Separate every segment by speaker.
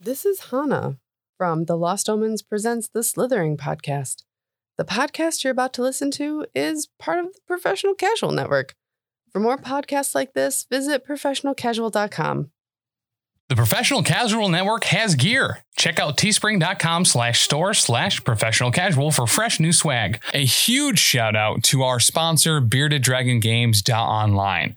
Speaker 1: This is Hannah from the Lost Omens Presents the Slithering Podcast. The podcast you're about to listen to is part of the Professional Casual Network. For more podcasts like this, visit professionalcasual.com.
Speaker 2: The Professional Casual Network has gear. Check out teespring.com slash store slash professional casual for fresh new swag. A huge shout out to our sponsor, Bearded Dragon Games Online.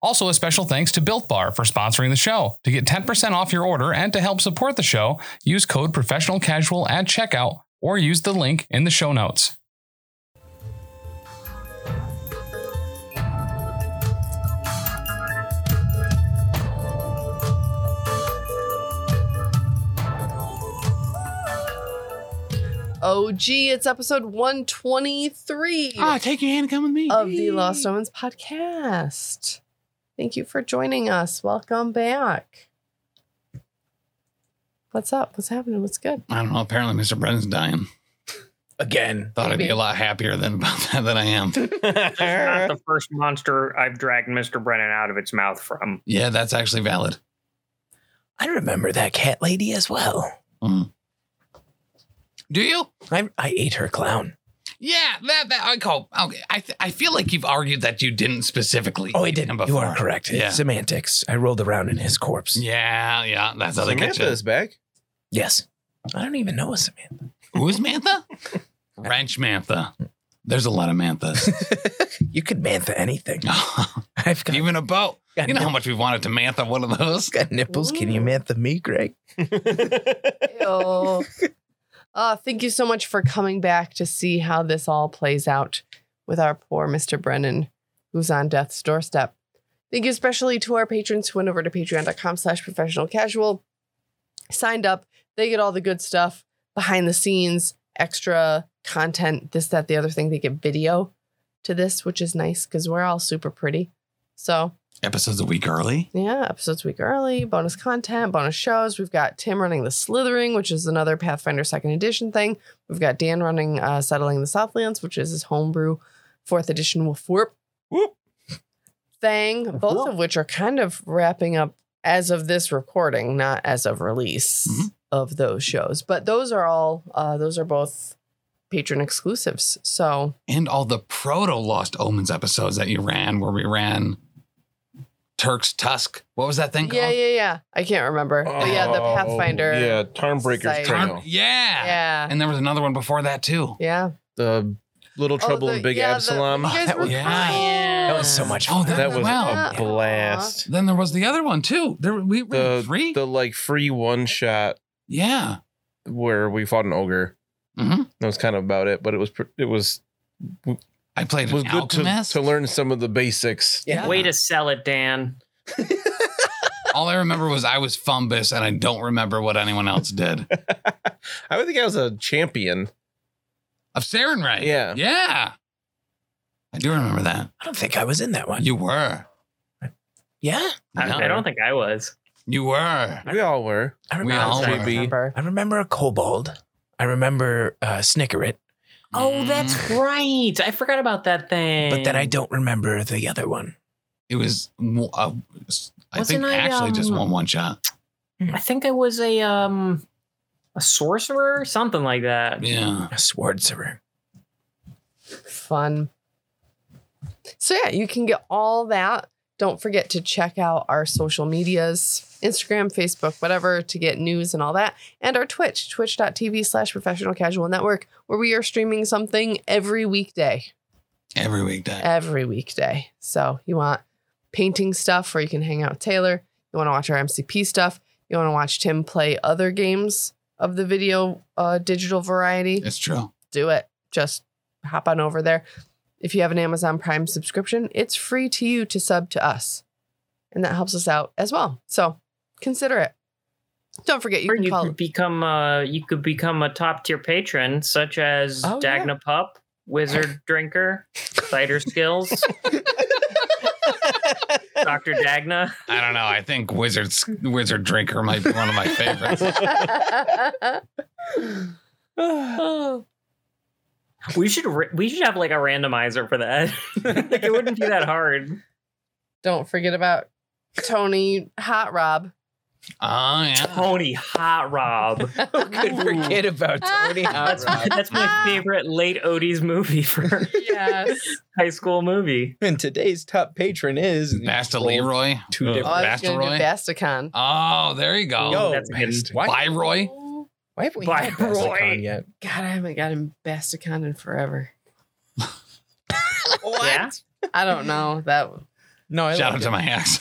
Speaker 2: Also, a special thanks to Built Bar for sponsoring the show. To get 10% off your order and to help support the show, use code professional casual at checkout or use the link in the show notes.
Speaker 1: Oh, gee, it's episode 123
Speaker 2: Ah, take your hand, come with me.
Speaker 1: of the Lost Omens Podcast. Thank you for joining us. Welcome back. What's up? What's happening? What's good?
Speaker 2: I don't know. Apparently, Mr. Brennan's dying.
Speaker 3: again.
Speaker 2: Thought I'd be
Speaker 1: Maybe.
Speaker 2: a lot happier than about that than I am.
Speaker 3: That's
Speaker 4: That's not the first monster I've dragged Mr. Brennan out of its mouth from.
Speaker 2: Yeah, that's actually valid.
Speaker 3: I remember that cat lady as well.
Speaker 2: Do you?
Speaker 3: I, I ate her clown.
Speaker 2: Yeah, that that I call. Okay, I th- I feel like you've argued that you didn't specifically.
Speaker 3: Oh, I
Speaker 2: eat them
Speaker 3: didn't. You are
Speaker 2: before.
Speaker 3: correct.
Speaker 2: Yeah.
Speaker 3: Semantics. I rolled around in his corpse.
Speaker 2: Yeah, yeah, that's how they get
Speaker 5: Samantha
Speaker 2: you.
Speaker 5: is back.
Speaker 3: Yes. I don't even know a Samantha.
Speaker 2: Who's Mantha? Ranch Mantha. There's a lot of Manthas,
Speaker 3: You could mantha anything. I've got,
Speaker 2: even a boat.
Speaker 3: got,
Speaker 2: You know how
Speaker 3: nip-
Speaker 2: much we've wanted to Mantha one of those.
Speaker 3: got nipples. Can you
Speaker 1: Ooh.
Speaker 3: mantha me, Greg?
Speaker 1: Ew. Uh, thank you so much for coming back to see how this all plays out with our poor Mr. Brennan, who's on death's doorstep. Thank you especially to our patrons who went over to patreon.com slash professional casual, signed up. They get all the good stuff behind the scenes, extra content, this, that, the other thing. They get video to this, which is nice because we're all super pretty. So
Speaker 2: Episodes a week early.
Speaker 1: yeah, episodes a week early, bonus content, bonus shows. We've got Tim running the Slithering, which is another Pathfinder Second Edition thing. We've got Dan running uh, Settling the Southlands, which is his homebrew Fourth Edition Wolf Whoop
Speaker 4: Whoop.
Speaker 1: thing. Both of which are kind of wrapping up as of this recording, not as of release
Speaker 5: Mm-hmm.
Speaker 2: Mhm.
Speaker 1: of those shows. But those are all. Uh, those are both patron exclusives. So
Speaker 2: and all the proto Lost Omens episodes that you ran, where we ran Turk's Tusk. What was that thing
Speaker 1: yeah,
Speaker 2: called?
Speaker 1: yeah, yeah. I can't remember. but yeah, the
Speaker 5: Oh,
Speaker 1: Pathfinder.
Speaker 5: Yeah, Tarnbreaker's
Speaker 1: site.
Speaker 2: Tarn-
Speaker 5: Trail.
Speaker 2: yeah.
Speaker 1: Yeah.
Speaker 2: And there was another one before that too.
Speaker 1: Yeah.
Speaker 5: The Little
Speaker 1: Oh,
Speaker 5: Trouble
Speaker 1: the-
Speaker 5: in Big
Speaker 1: yeah, the-
Speaker 5: Absalom.
Speaker 1: you guys
Speaker 3: that
Speaker 1: were
Speaker 3: was-
Speaker 2: Yeah.
Speaker 1: fine.
Speaker 3: That was so much
Speaker 2: Oh,
Speaker 3: fun.
Speaker 2: that,
Speaker 5: that was
Speaker 2: wow.
Speaker 1: Yeah.
Speaker 5: a blast.
Speaker 2: Then there was the other one too. There we ran three.
Speaker 5: The like free one shot
Speaker 2: yeah.
Speaker 5: where we fought an ogre.
Speaker 2: hmm
Speaker 5: That was kind of about it, but it was pr- it was
Speaker 2: I played
Speaker 5: it
Speaker 2: an
Speaker 5: was good to,
Speaker 2: alchemist.
Speaker 5: to learn some of the basics.
Speaker 2: Yeah.
Speaker 4: Way to sell it, Dan.
Speaker 2: All I remember was I was Fumbus, and I don't remember what anyone else did.
Speaker 5: I would think I was a champion.
Speaker 2: of Sarenrae.
Speaker 5: Yeah.
Speaker 2: Yeah. I do remember that.
Speaker 3: I don't think I was in that one.
Speaker 2: You were.
Speaker 3: yeah.
Speaker 4: I,
Speaker 2: Yeah.
Speaker 4: I don't think I was.
Speaker 2: You were.
Speaker 5: We all were.
Speaker 3: I
Speaker 2: We
Speaker 3: remember.
Speaker 2: all
Speaker 4: Sorry.
Speaker 2: were.
Speaker 5: Maybe.
Speaker 1: Remember.
Speaker 3: I remember a kobold. I remember uh, Snickeret,
Speaker 4: Oh, that's
Speaker 2: Mm.
Speaker 4: right. I forgot about that thing.
Speaker 3: but then I don't remember the other one.
Speaker 2: It was. Uh, I
Speaker 4: Wasn't
Speaker 2: think
Speaker 4: I,
Speaker 2: actually just
Speaker 4: um,
Speaker 2: one one shot.
Speaker 4: I think I was a um a sorcerer, something like that.
Speaker 2: Yeah.
Speaker 3: A swordserer.
Speaker 1: Fun. So yeah, you can get all that. Don't forget to check out our social medias, Instagram, Facebook, whatever, to get news and all that. And our Twitch, twitch.tv slash professional casual network, where we are streaming something every weekday.
Speaker 2: Every weekday.
Speaker 1: Every weekday. So you want painting stuff where you can hang out with Taylor. You want to watch our MCP stuff. You want to watch Tim play other games of the video uh, digital variety.
Speaker 2: it's true.
Speaker 1: do it. Just hop on over there. If you have an Amazon Prime subscription, it's free to you to sub to us. And that helps us out as well. So consider it. Don't forget you
Speaker 4: Or
Speaker 1: can
Speaker 4: you
Speaker 1: follow
Speaker 4: could become a you could become a top tier patron, such as
Speaker 1: Oh, yeah.
Speaker 4: Dagna Pup, wizard drinker, cider skills, Dr. Dagna.
Speaker 2: I don't know. I think wizards wizard drinker might be one of my favorites.
Speaker 4: We should ri we should have like a randomizer for that. like it wouldn't be that hard.
Speaker 1: Don't forget about Tony Hot Rob.
Speaker 2: Oh yeah.
Speaker 4: Tony Hot Rob.
Speaker 3: Who could forget about Tony Hot
Speaker 4: That's my,
Speaker 3: Rod
Speaker 4: that's my favorite late Odie's movie for
Speaker 1: Yes.
Speaker 4: high school movie.
Speaker 3: And today's top patron is
Speaker 2: Basta Leroy.
Speaker 3: Two
Speaker 1: oh,
Speaker 2: Ugh.
Speaker 3: different.
Speaker 1: I was going to do
Speaker 2: Basteroy?
Speaker 1: Basticon.
Speaker 2: Oh, there you go.
Speaker 3: Yo,
Speaker 4: that's a good-
Speaker 3: bastard. why,
Speaker 2: Byroy.
Speaker 3: why have we
Speaker 4: By
Speaker 3: had Basticon
Speaker 4: Roy.
Speaker 3: yet?
Speaker 1: God, I haven't gotten Basticon in forever.
Speaker 4: Yeah?
Speaker 1: I don't know. That
Speaker 3: No, I
Speaker 2: Shout out
Speaker 3: like
Speaker 2: to
Speaker 3: it.
Speaker 2: my ass.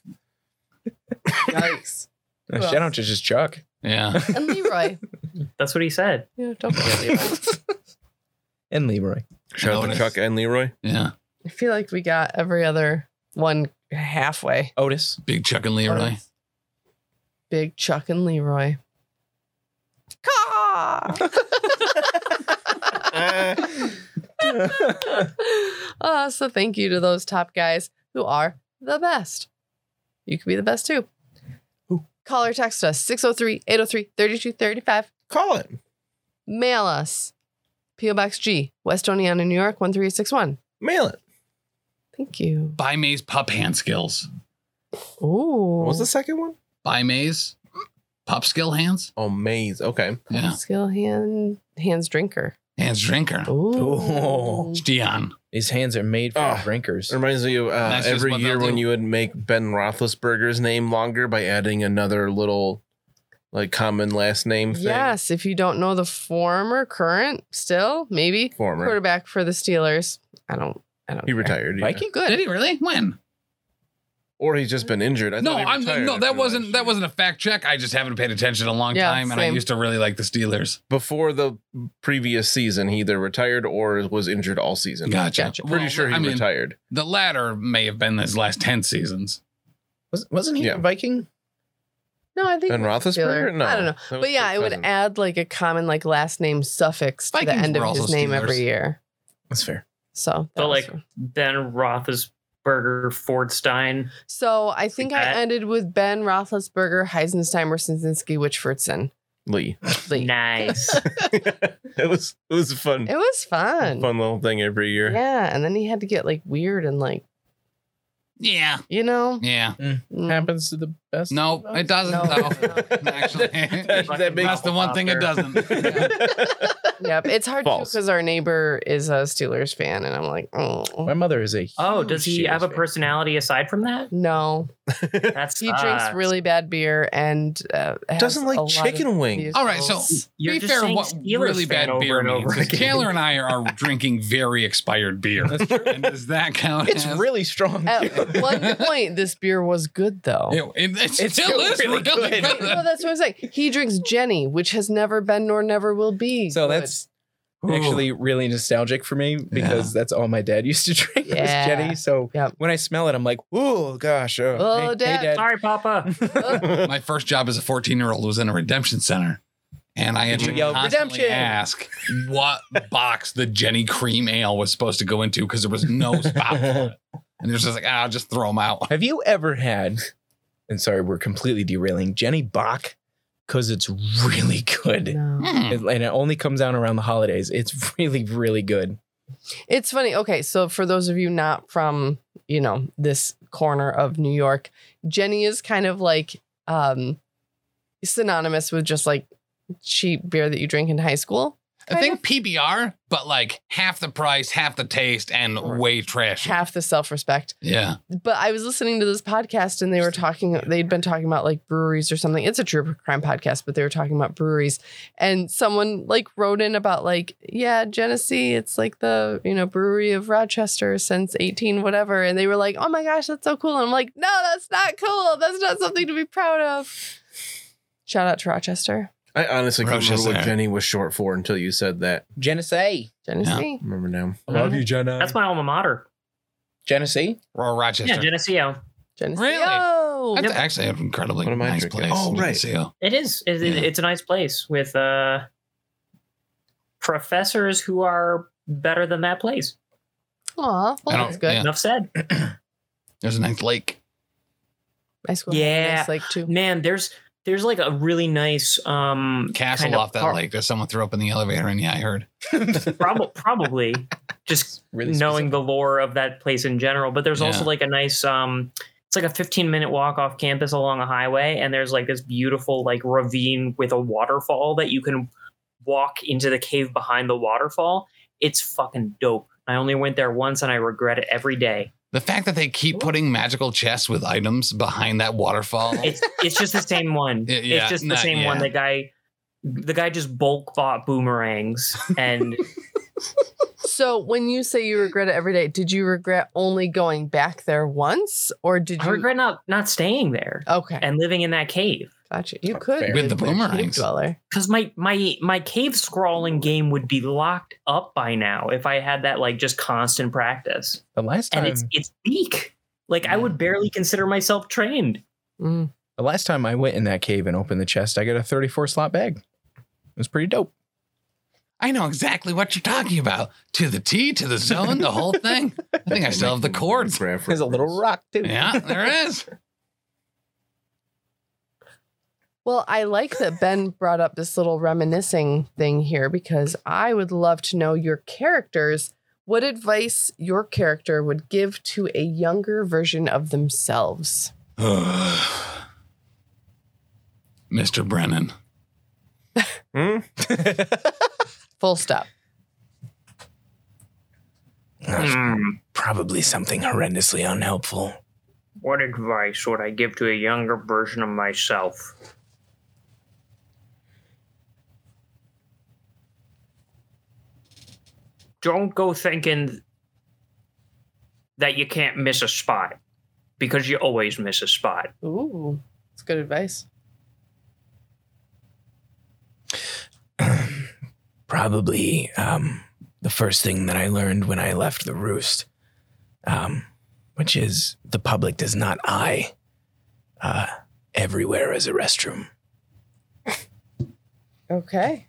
Speaker 1: yikes.
Speaker 3: Uh,
Speaker 1: Who
Speaker 3: Shout out
Speaker 1: else?
Speaker 3: to just Chuck.
Speaker 2: Yeah.
Speaker 1: And Leroy.
Speaker 4: That's what he said.
Speaker 1: Yeah, don't forget Leroy.
Speaker 3: And Leroy.
Speaker 5: Shout out to
Speaker 2: Notice.
Speaker 5: Chuck and Leroy.
Speaker 2: Yeah.
Speaker 1: I feel like we got every other one halfway.
Speaker 3: Otis.
Speaker 2: Big Chuck and Leroy.
Speaker 1: Big Chuck and Leroy. Caw! uh, so thank you to those top guys who are the best. You could be the best too.
Speaker 3: Who?
Speaker 1: Call or text us 603 803 3235.
Speaker 5: Call it.
Speaker 1: Mail us PO Box G, West Oneonta, New York 13861.
Speaker 5: Mail it.
Speaker 1: Thank you.
Speaker 2: By May's pup hand skills.
Speaker 1: Ooh.
Speaker 5: What was the second one?
Speaker 2: By May's pup skill hands.
Speaker 5: Oh, maze. Okay.
Speaker 2: Yeah.
Speaker 1: Skill hand hands drinker.
Speaker 2: Hands drinker.
Speaker 1: Ooh.
Speaker 3: Ooh.
Speaker 2: It's Dion.
Speaker 3: His hands are made for
Speaker 4: Ah.
Speaker 5: Oh.
Speaker 3: drinkers.
Speaker 5: It reminds me of uh,
Speaker 2: That's just
Speaker 5: every
Speaker 2: what
Speaker 5: year
Speaker 2: they'll
Speaker 5: when
Speaker 2: do.
Speaker 5: you would make Ben Roethlisberger's name longer by adding another little, like, common last name thing.
Speaker 1: Yes, if you don't know the former current, still maybe
Speaker 5: Former.
Speaker 1: quarterback for the Steelers. I don't. I don't.
Speaker 5: He
Speaker 1: care.
Speaker 5: retired. yeah.
Speaker 3: Viking?
Speaker 2: Did
Speaker 1: Good.
Speaker 2: he really? When?
Speaker 5: Or he's just been injured. I
Speaker 2: no,
Speaker 5: thought he
Speaker 2: I'm
Speaker 5: retired
Speaker 2: no.
Speaker 5: after
Speaker 2: That wasn't
Speaker 5: last
Speaker 2: that
Speaker 5: year.
Speaker 2: wasn't a fact check. I just haven't paid attention in a long
Speaker 1: Yeah,
Speaker 2: time, and I
Speaker 1: same.
Speaker 2: used to really like the Steelers.
Speaker 5: before the previous season. He either retired or was injured all season.
Speaker 2: Gotcha.
Speaker 1: Gotcha.
Speaker 5: Pretty
Speaker 2: Well,
Speaker 5: sure he
Speaker 2: I mean,
Speaker 5: retired.
Speaker 2: The latter may have been his last ten seasons.
Speaker 3: Was, wasn't he
Speaker 5: Yeah.
Speaker 3: a Viking?
Speaker 1: No, I think
Speaker 5: Ben
Speaker 1: it was the
Speaker 5: Roethlisberger?
Speaker 1: Steelers.
Speaker 5: No,
Speaker 1: I don't know.
Speaker 5: that was
Speaker 1: But yeah,
Speaker 5: Kirk
Speaker 1: it would
Speaker 5: Cousins.
Speaker 1: add like a common like last name suffix to the
Speaker 2: Vikings
Speaker 1: end
Speaker 2: were
Speaker 1: of
Speaker 2: also
Speaker 1: his name
Speaker 2: Steelers.
Speaker 1: every year.
Speaker 3: That's fair.
Speaker 1: So, that
Speaker 4: But,
Speaker 1: was
Speaker 4: like-
Speaker 1: fun.
Speaker 4: Then Roethlisberger, Fordstein.
Speaker 1: so I think I
Speaker 4: that.
Speaker 1: ended with Ben Roethlisberger, Heisenstein, Rosinski, Witchfordson.
Speaker 5: Lee.
Speaker 1: Lee.
Speaker 4: Nice.
Speaker 5: it was it was a fun,
Speaker 1: It was fun.
Speaker 5: fun little thing every year.
Speaker 1: Yeah, and then he had to get like weird and like
Speaker 2: Yeah.
Speaker 1: you know.
Speaker 2: Yeah.
Speaker 1: mm.
Speaker 3: Happens to the best.
Speaker 2: No, it doesn't.
Speaker 1: No.
Speaker 2: though. Actually,
Speaker 5: That- that makes-
Speaker 2: that's the one thing it doesn't. Yeah.
Speaker 1: Yep, it's hard
Speaker 5: False.
Speaker 1: because our neighbor is a Steelers fan, and I'm like,
Speaker 3: My
Speaker 1: oh
Speaker 3: mother is a.
Speaker 4: Oh,
Speaker 3: huge
Speaker 4: does he have a
Speaker 3: Steelers fan.
Speaker 4: personality aside from that?
Speaker 1: no,
Speaker 4: That's uh,
Speaker 1: he drinks really bad beer and uh, has
Speaker 5: Doesn't
Speaker 1: a
Speaker 5: like
Speaker 1: lot of
Speaker 5: chicken wings.
Speaker 1: abuse
Speaker 2: All right, so-
Speaker 1: goals.
Speaker 4: You're
Speaker 2: Be
Speaker 4: just
Speaker 2: fair,
Speaker 4: saying
Speaker 2: what
Speaker 4: Steelers
Speaker 2: really
Speaker 4: fan
Speaker 2: bad
Speaker 4: over
Speaker 2: beer
Speaker 4: and
Speaker 2: means
Speaker 4: over
Speaker 2: is
Speaker 4: again.
Speaker 2: Taylor and I are drinking very expired beer. and does that count?
Speaker 3: It's
Speaker 2: as-
Speaker 3: really strong.
Speaker 4: Oh,
Speaker 1: at one point this beer was good though.
Speaker 2: It, it, it's
Speaker 3: It's
Speaker 2: still
Speaker 3: still
Speaker 2: is
Speaker 3: really
Speaker 2: really good.
Speaker 3: good.
Speaker 1: No, that's what I'm saying. He drinks Jenny, which has never been nor never will be.
Speaker 3: so
Speaker 1: good.
Speaker 3: that's actually really nostalgic for me because that's all my dad used to drink
Speaker 1: Yeah.
Speaker 3: was Jenny. So
Speaker 1: Yep.
Speaker 3: when I smell it, I'm like, oh gosh, oh,
Speaker 1: Oh, Dad,
Speaker 4: Sorry, Papa.
Speaker 2: my first job as a 14 year old was in a redemption center. And I had
Speaker 3: Did
Speaker 2: to
Speaker 3: you yell,
Speaker 2: constantly
Speaker 3: "Redemption!"
Speaker 2: ask what box the Jenny Cream Ale was supposed to go into because there was no spot for it. And it was just like, ah, I'll just throw them out.
Speaker 3: Have you ever had? And sorry, we're completely derailing Jenny Bach because it's really good.
Speaker 1: No.
Speaker 2: Hmm.
Speaker 3: It- and it only comes out around the holidays. It's really, really good.
Speaker 1: It's funny. Okay, so for those of you not from, you know, this corner of New York, Jenny is kind of like um synonymous with just like cheap beer that you drink in high school.
Speaker 2: I
Speaker 1: kind
Speaker 2: think
Speaker 1: of.
Speaker 2: PBR, but like half the price, half the taste, and
Speaker 1: Right.
Speaker 2: way trashy.
Speaker 1: Half the self-respect.
Speaker 2: Yeah.
Speaker 1: But I was listening to this podcast and they were talking they'd been talking about like breweries or something. It's a true crime podcast, but they were talking about breweries and someone like wrote in about like, yeah, Genesee, it's like the, you know, brewery of Rochester since 18 whatever and they were like, "Oh my gosh, that's so cool." And I'm like, "No, that's not cool. That's not something to be proud of." Shout out to Rochester,
Speaker 5: I honestly couldn't remember
Speaker 2: Rochester.
Speaker 5: what Jenny was short for until you said that.
Speaker 3: Genesee.
Speaker 1: Genesee.
Speaker 5: Remember now.
Speaker 3: I love
Speaker 4: Mm-hmm.
Speaker 3: you, Jenna.
Speaker 4: That's my alma mater.
Speaker 3: Genesee.
Speaker 2: Or Rochester.
Speaker 4: Yeah, Geneseo.
Speaker 1: Geneseo.
Speaker 2: Really?
Speaker 1: Oh.
Speaker 2: That's actually an incredibly
Speaker 5: What am I
Speaker 2: nice
Speaker 5: drinking?
Speaker 2: place.
Speaker 5: Oh,
Speaker 2: You can
Speaker 5: right.
Speaker 2: see it.
Speaker 4: It is. It, it-
Speaker 2: Yeah.
Speaker 4: It's a nice place with uh, professors who are better than that place.
Speaker 1: Aw, well,
Speaker 2: I don't-
Speaker 1: that's good.
Speaker 2: yeah.
Speaker 4: Enough said.
Speaker 2: There's a nice lake.
Speaker 1: My school
Speaker 4: Yeah.
Speaker 1: yeah. like too.
Speaker 4: Man, there's there's like a really nice um
Speaker 2: Castle
Speaker 4: kind of
Speaker 2: off that
Speaker 4: park.
Speaker 2: lake that someone threw up in the elevator, and yeah, I heard.
Speaker 4: Prob- probably just
Speaker 3: Really
Speaker 4: knowing the lore of that place in general. But there's
Speaker 2: Yeah.
Speaker 4: also like a nice um it's like a 15 minute walk off campus along a highway and there's like this beautiful like ravine with a waterfall that you can walk into the cave behind the waterfall. It's fucking dope. I only went there once and I regret it every day.
Speaker 2: The fact that they keep putting magical chests with items behind that waterfall.
Speaker 4: It's it's just the same one.
Speaker 2: Yeah, yeah,
Speaker 4: it's just the
Speaker 2: not-
Speaker 4: same one.
Speaker 2: yeah.
Speaker 4: The guy the guy just bulk bought boomerangs and
Speaker 1: So when you say you regret it every day, did you regret only going back there once, or did
Speaker 4: I
Speaker 1: you?
Speaker 4: regret not not staying there
Speaker 2: Uh,
Speaker 1: okay,
Speaker 4: and living in that cave.
Speaker 1: gotcha. You
Speaker 3: Oh,
Speaker 1: could
Speaker 3: fair.
Speaker 2: With the
Speaker 1: live in a cave
Speaker 2: boomerangs.
Speaker 1: dweller.
Speaker 4: Because my my my cave scrawling game would be locked up by now if I had that like just constant practice.
Speaker 3: The last
Speaker 4: And
Speaker 3: time,
Speaker 4: it's it's weak. Like I would barely consider myself trained.
Speaker 1: Mm.
Speaker 3: the last time I went in that cave and opened the chest, I got a 34 slot bag. It was pretty dope.
Speaker 2: I know exactly what you're talking about. To the T, to the zone, the whole thing. I think I still have the chords.
Speaker 5: There's
Speaker 3: There's a little rock too.
Speaker 2: Yeah, there is.
Speaker 1: Well, I like that Ben brought up this little reminiscing thing here because I would love to know your characters. What advice your character would give to a younger version of themselves?
Speaker 2: Mr. Brennan,
Speaker 1: Full stop.
Speaker 4: Hmm.
Speaker 3: Probably something horrendously unhelpful.
Speaker 4: what advice would I give to a younger version of myself? Don't go thinking that you can't miss a spot because you always miss a spot.
Speaker 1: Ooh, that's good advice.
Speaker 3: probably um, the first thing that I learned when I left the roost, um, which is the public does not eye uh, everywhere as a restroom.
Speaker 1: Okay.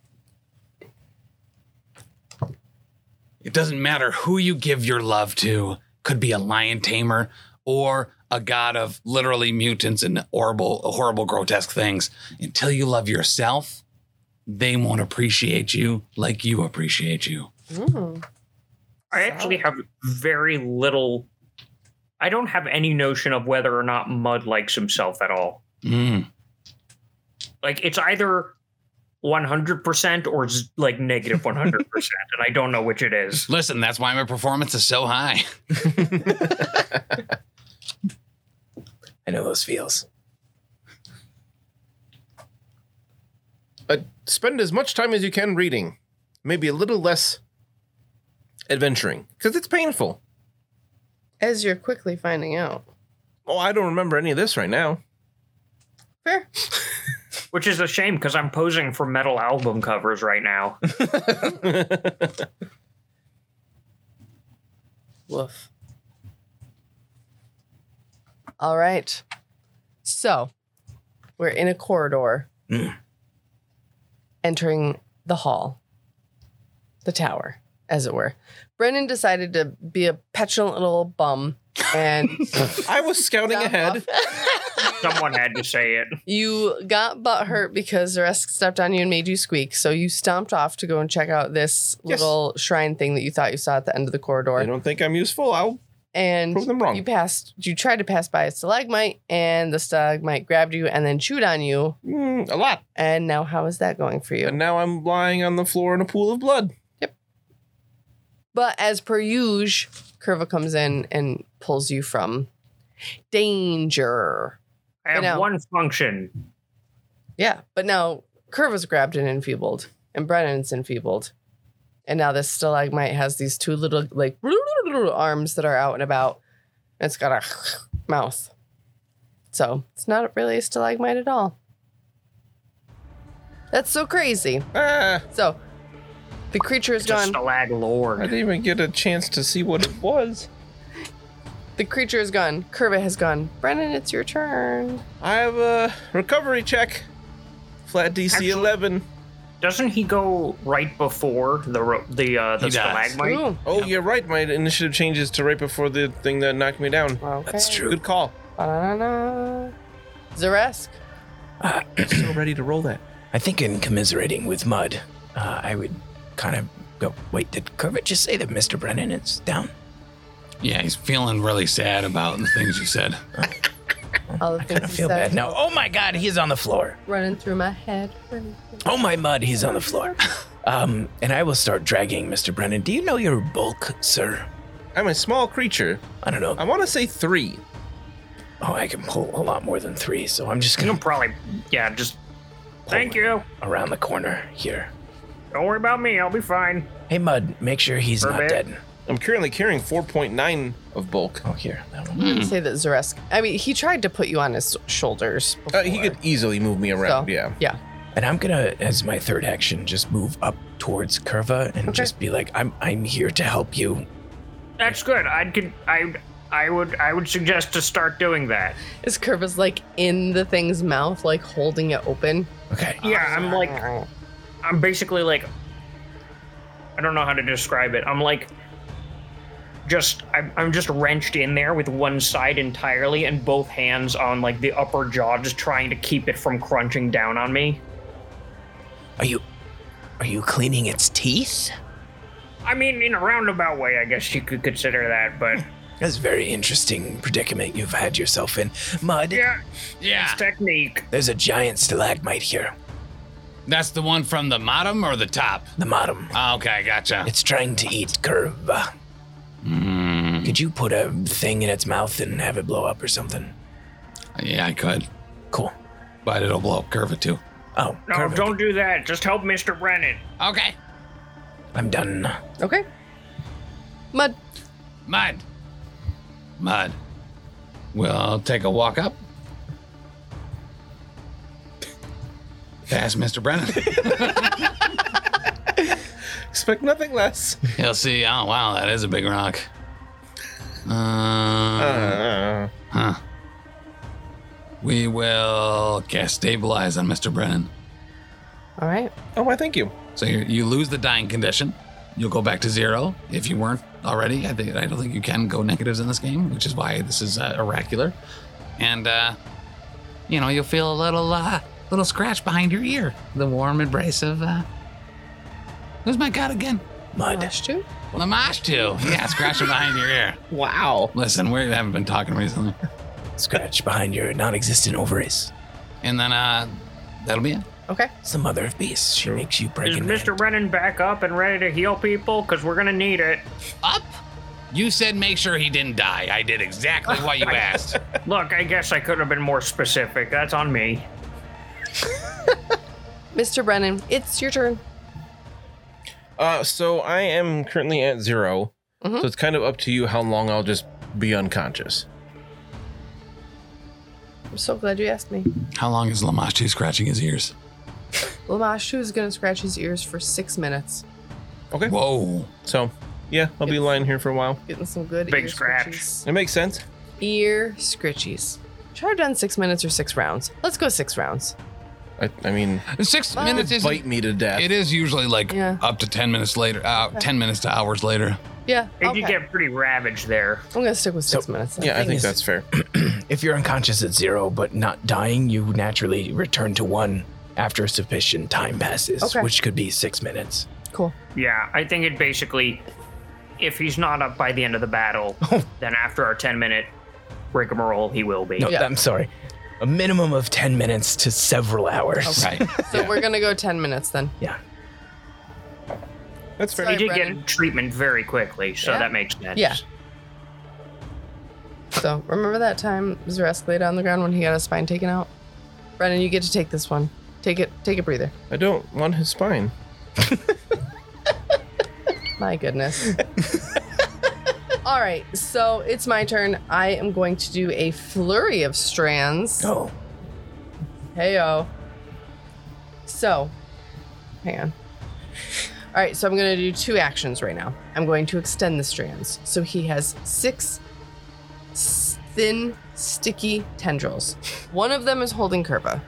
Speaker 2: it doesn't matter who you give your love to, could be a lion tamer or a god of literally mutants and horrible, horrible, grotesque things. Until you love yourself, they won't appreciate you like you appreciate you.
Speaker 1: Mm.
Speaker 4: I actually have very little. I don't have any notion of whether or not Mud likes himself at all.
Speaker 2: Mm.
Speaker 4: like it's either 100% or z- like negative 100% and i don't know which it is
Speaker 2: Listen, that's why my performance is so high.
Speaker 3: I know those feels.
Speaker 5: Uh, spend as much time as you can reading, maybe a little less adventuring because it's painful.
Speaker 1: As you're quickly finding out.
Speaker 5: Oh, I don't remember any of this right now.
Speaker 1: Fair.
Speaker 4: which is a shame because i'm posing for metal album covers right now
Speaker 1: Woof. All right. So we're in a corridor
Speaker 3: Mm.
Speaker 1: entering the hall, the tower, as it were. Brennan decided to be a petulant little bum and
Speaker 5: I was scouting ahead.
Speaker 4: someone had to say it
Speaker 1: you got butt hurt because the rest stepped on you and made you squeak. So you stomped off to go and check out this
Speaker 5: Yes.
Speaker 1: little shrine thing that you thought you saw at the end of the
Speaker 5: I
Speaker 1: corridor.
Speaker 5: don't think I'm useful. I'll
Speaker 1: And
Speaker 5: prove them wrong.
Speaker 1: you passed you tried to pass by a stalagmite and the stalagmite grabbed you and then chewed on you
Speaker 5: Mm, a lot.
Speaker 1: and now how is that going for
Speaker 5: And
Speaker 1: you
Speaker 5: now I'm lying on the floor in a pool of blood.
Speaker 1: but as per usual curva comes in and pulls you from danger
Speaker 4: i have
Speaker 1: I know.
Speaker 4: one function
Speaker 1: yeah but now curva's grabbed and enfeebled and brennan's enfeebled and now this stalagmite has these two little like arms that are out and about and it's got a mouth so it's not really a stalagmite at all that's so crazy
Speaker 5: Ah,
Speaker 1: So the creature is
Speaker 4: just
Speaker 1: gone.
Speaker 4: a lag
Speaker 5: I
Speaker 4: lord
Speaker 5: didn't even get a chance to see what it was.
Speaker 1: The creature is gone. Curva has gone. Brennan, it's your turn.
Speaker 5: I have a recovery check. Flat DC
Speaker 4: Actually-
Speaker 5: 11.
Speaker 4: Doesn't he go right before the ro- the uh, the
Speaker 2: He does.
Speaker 4: stalagmite?
Speaker 1: Ooh,
Speaker 5: Oh, you're right. My initiative changes to right before the thing that knocked me down.
Speaker 1: okay.
Speaker 3: That's true.
Speaker 5: Good call.
Speaker 1: Ba-da-da-da. Zaresk.
Speaker 5: So ready to roll that.
Speaker 3: I think in commiserating with Mud, uh, I would kind of go, wait, did Kermit just say that Mr. Brennan is down?
Speaker 2: Yeah, he's feeling really sad about the things you said.
Speaker 1: All the
Speaker 3: I kind
Speaker 1: things
Speaker 3: of
Speaker 1: he
Speaker 3: feel
Speaker 1: said
Speaker 3: bad now. Oh my God, he's on the floor.
Speaker 1: running through my head. running through-
Speaker 3: Oh my Mud, he's on the floor. Um, and I will start dragging Mr. Brennan. Do you know your bulk, sir?
Speaker 5: I'm a small creature.
Speaker 3: I don't know.
Speaker 5: I want to say three.
Speaker 3: Oh, I can pull a lot more than three, so I'm just
Speaker 4: You
Speaker 3: gonna
Speaker 4: can probably, yeah, just.
Speaker 3: pull
Speaker 4: Thank you.
Speaker 3: around the corner here.
Speaker 4: Don't worry about me. I'll be fine.
Speaker 3: Hey, Mud, make sure he's not
Speaker 4: Perfect.
Speaker 3: dead.
Speaker 5: I'm currently carrying 4.9 of bulk.
Speaker 3: Oh, here, that one.
Speaker 1: I'd say that Zaresk. I mean, he tried to put you on his shoulders.
Speaker 5: Uh, he
Speaker 1: before.
Speaker 5: could easily move me around.
Speaker 1: So-
Speaker 5: Yeah.
Speaker 1: Yeah.
Speaker 3: And I'm gonna, as my third action, just move up towards Curva and
Speaker 1: Okay.
Speaker 3: just be like, "I'm, I'm here to help you."
Speaker 4: That's good. I'd con- I I would I would suggest to start doing that.
Speaker 1: His curve is like in the thing's mouth, like holding it open.
Speaker 3: Okay.
Speaker 4: Yeah, I'm like I'm basically like I don't know how to describe it. I'm like just I'm, I'm just wrenched in there with one side entirely and both hands on like the upper jaw just trying to keep it from crunching down on me.
Speaker 3: Are you, are you cleaning its teeth?
Speaker 4: I mean in a roundabout way I guess you could consider that, but
Speaker 3: That's a very interesting predicament you've had yourself in, Mud.
Speaker 4: yeah,
Speaker 2: Yeah,
Speaker 4: it's technique.
Speaker 3: There's a giant stalagmite here,
Speaker 2: that's the one from the bottom or the top.
Speaker 3: the bottom.
Speaker 2: Ah, okay, gotcha.
Speaker 3: It's trying to eat Curva.
Speaker 2: Mm,
Speaker 3: Could you put a thing in its mouth and have it blow up or something?
Speaker 2: yeah, I could,
Speaker 3: Cool.
Speaker 2: but it'll blow up Curva too.
Speaker 3: Oh,
Speaker 4: No,
Speaker 3: Curva,
Speaker 4: don't do that. Just help Mr. Brennan.
Speaker 2: Okay,
Speaker 3: I'm done.
Speaker 1: Okay. Mud.
Speaker 2: mud, mud. We'll take a walk up. Past Mr. Brennan.
Speaker 5: Expect nothing less.
Speaker 2: He'll see. Oh wow, that is a big rock. Uh,
Speaker 5: Uh,
Speaker 2: Huh. We will cast stabilize on Mr. Brennan.
Speaker 1: All right.
Speaker 5: oh, why, thank you.
Speaker 2: So you, you lose the dying condition. You'll go back to zero if you weren't already. I think I don't think you can go negatives in this game, which is why this is uh, oracular. And uh, you know you'll feel a little uh, little scratch behind your ear. The warm embrace of uh, who's my god again?
Speaker 3: Mud.
Speaker 1: Dash two.
Speaker 2: Lamashtu. Yeah, scratch it behind your ear.
Speaker 5: Wow.
Speaker 2: Listen, we haven't been talking recently.
Speaker 3: Scratch behind your non-existent ovaries.
Speaker 2: And then uh, that'll be it.
Speaker 1: Okay.
Speaker 3: It's the mother of beasts. She makes you break
Speaker 4: Is
Speaker 3: and
Speaker 4: Mr. Brennan back up and ready to heal people? Because we're gonna need it.
Speaker 2: Up? You said make sure he didn't die. I did exactly what you asked.
Speaker 4: Look, I guess I could have been more specific. That's on me.
Speaker 1: Mr. Brennan, it's your turn.
Speaker 5: Uh, so I am currently at 0
Speaker 1: Mhm.
Speaker 2: Mm-hmm.
Speaker 5: So it's kind of up to you how long I'll just be unconscious.
Speaker 1: I'm so glad you asked me.
Speaker 2: How long is Lamashtu scratching his ears?
Speaker 1: Lamashu is going to scratch his ears for six minutes.
Speaker 5: Okay.
Speaker 2: Whoa.
Speaker 5: So, yeah, I'll be lying here for a while.
Speaker 1: Getting some good
Speaker 4: Big
Speaker 1: ear
Speaker 4: scratch.
Speaker 1: scratches.
Speaker 5: It makes sense.
Speaker 1: Ear scritchies. Should I have done six minutes or six rounds? Let's go six rounds.
Speaker 5: I, I mean,
Speaker 2: Six
Speaker 1: Uh,
Speaker 2: minutes is
Speaker 5: bite me to death.
Speaker 2: it is usually like
Speaker 1: Yeah.
Speaker 2: up to ten minutes later. Uh, ten minutes to hours later.
Speaker 1: Yeah.
Speaker 4: It
Speaker 1: okay.
Speaker 4: could get pretty ravaged there.
Speaker 1: I'm going to stick with six
Speaker 3: So-
Speaker 1: minutes. then.
Speaker 5: yeah, I think
Speaker 3: is-
Speaker 5: that's fair.
Speaker 3: If you're unconscious at zero but not dying, you naturally return to one after sufficient time passes,
Speaker 1: Okay.
Speaker 3: which could be six minutes.
Speaker 1: Cool.
Speaker 4: Yeah, I think it basically, if he's not up by the end of the battle,
Speaker 1: Oh.
Speaker 4: then after our 10 minute rigmarole, he will be.
Speaker 3: No,
Speaker 6: Uh,
Speaker 1: Yeah.
Speaker 3: I'm sorry. A minimum of 10 minutes to several hours.
Speaker 2: Right.
Speaker 1: So we're going to go 10 minutes then.
Speaker 5: That's fair.
Speaker 4: He did
Speaker 1: Brennan.
Speaker 4: get treatment very quickly, so
Speaker 1: Yeah.
Speaker 4: that makes sense.
Speaker 1: Yeah. So remember that time Zaresk laid on the ground when he got his spine taken out? Brennan, you get to take this one. Take it. Take a breather.
Speaker 5: I don't want his spine.
Speaker 1: My goodness. All right, so it's my turn. I am going to do a flurry of strands.
Speaker 3: Oh,
Speaker 1: Heyo. So, hang on. All right, so I'm going to do two actions right now. I'm going to extend the strands. So he has six s- thin, sticky tendrils. One of them is holding Kerba.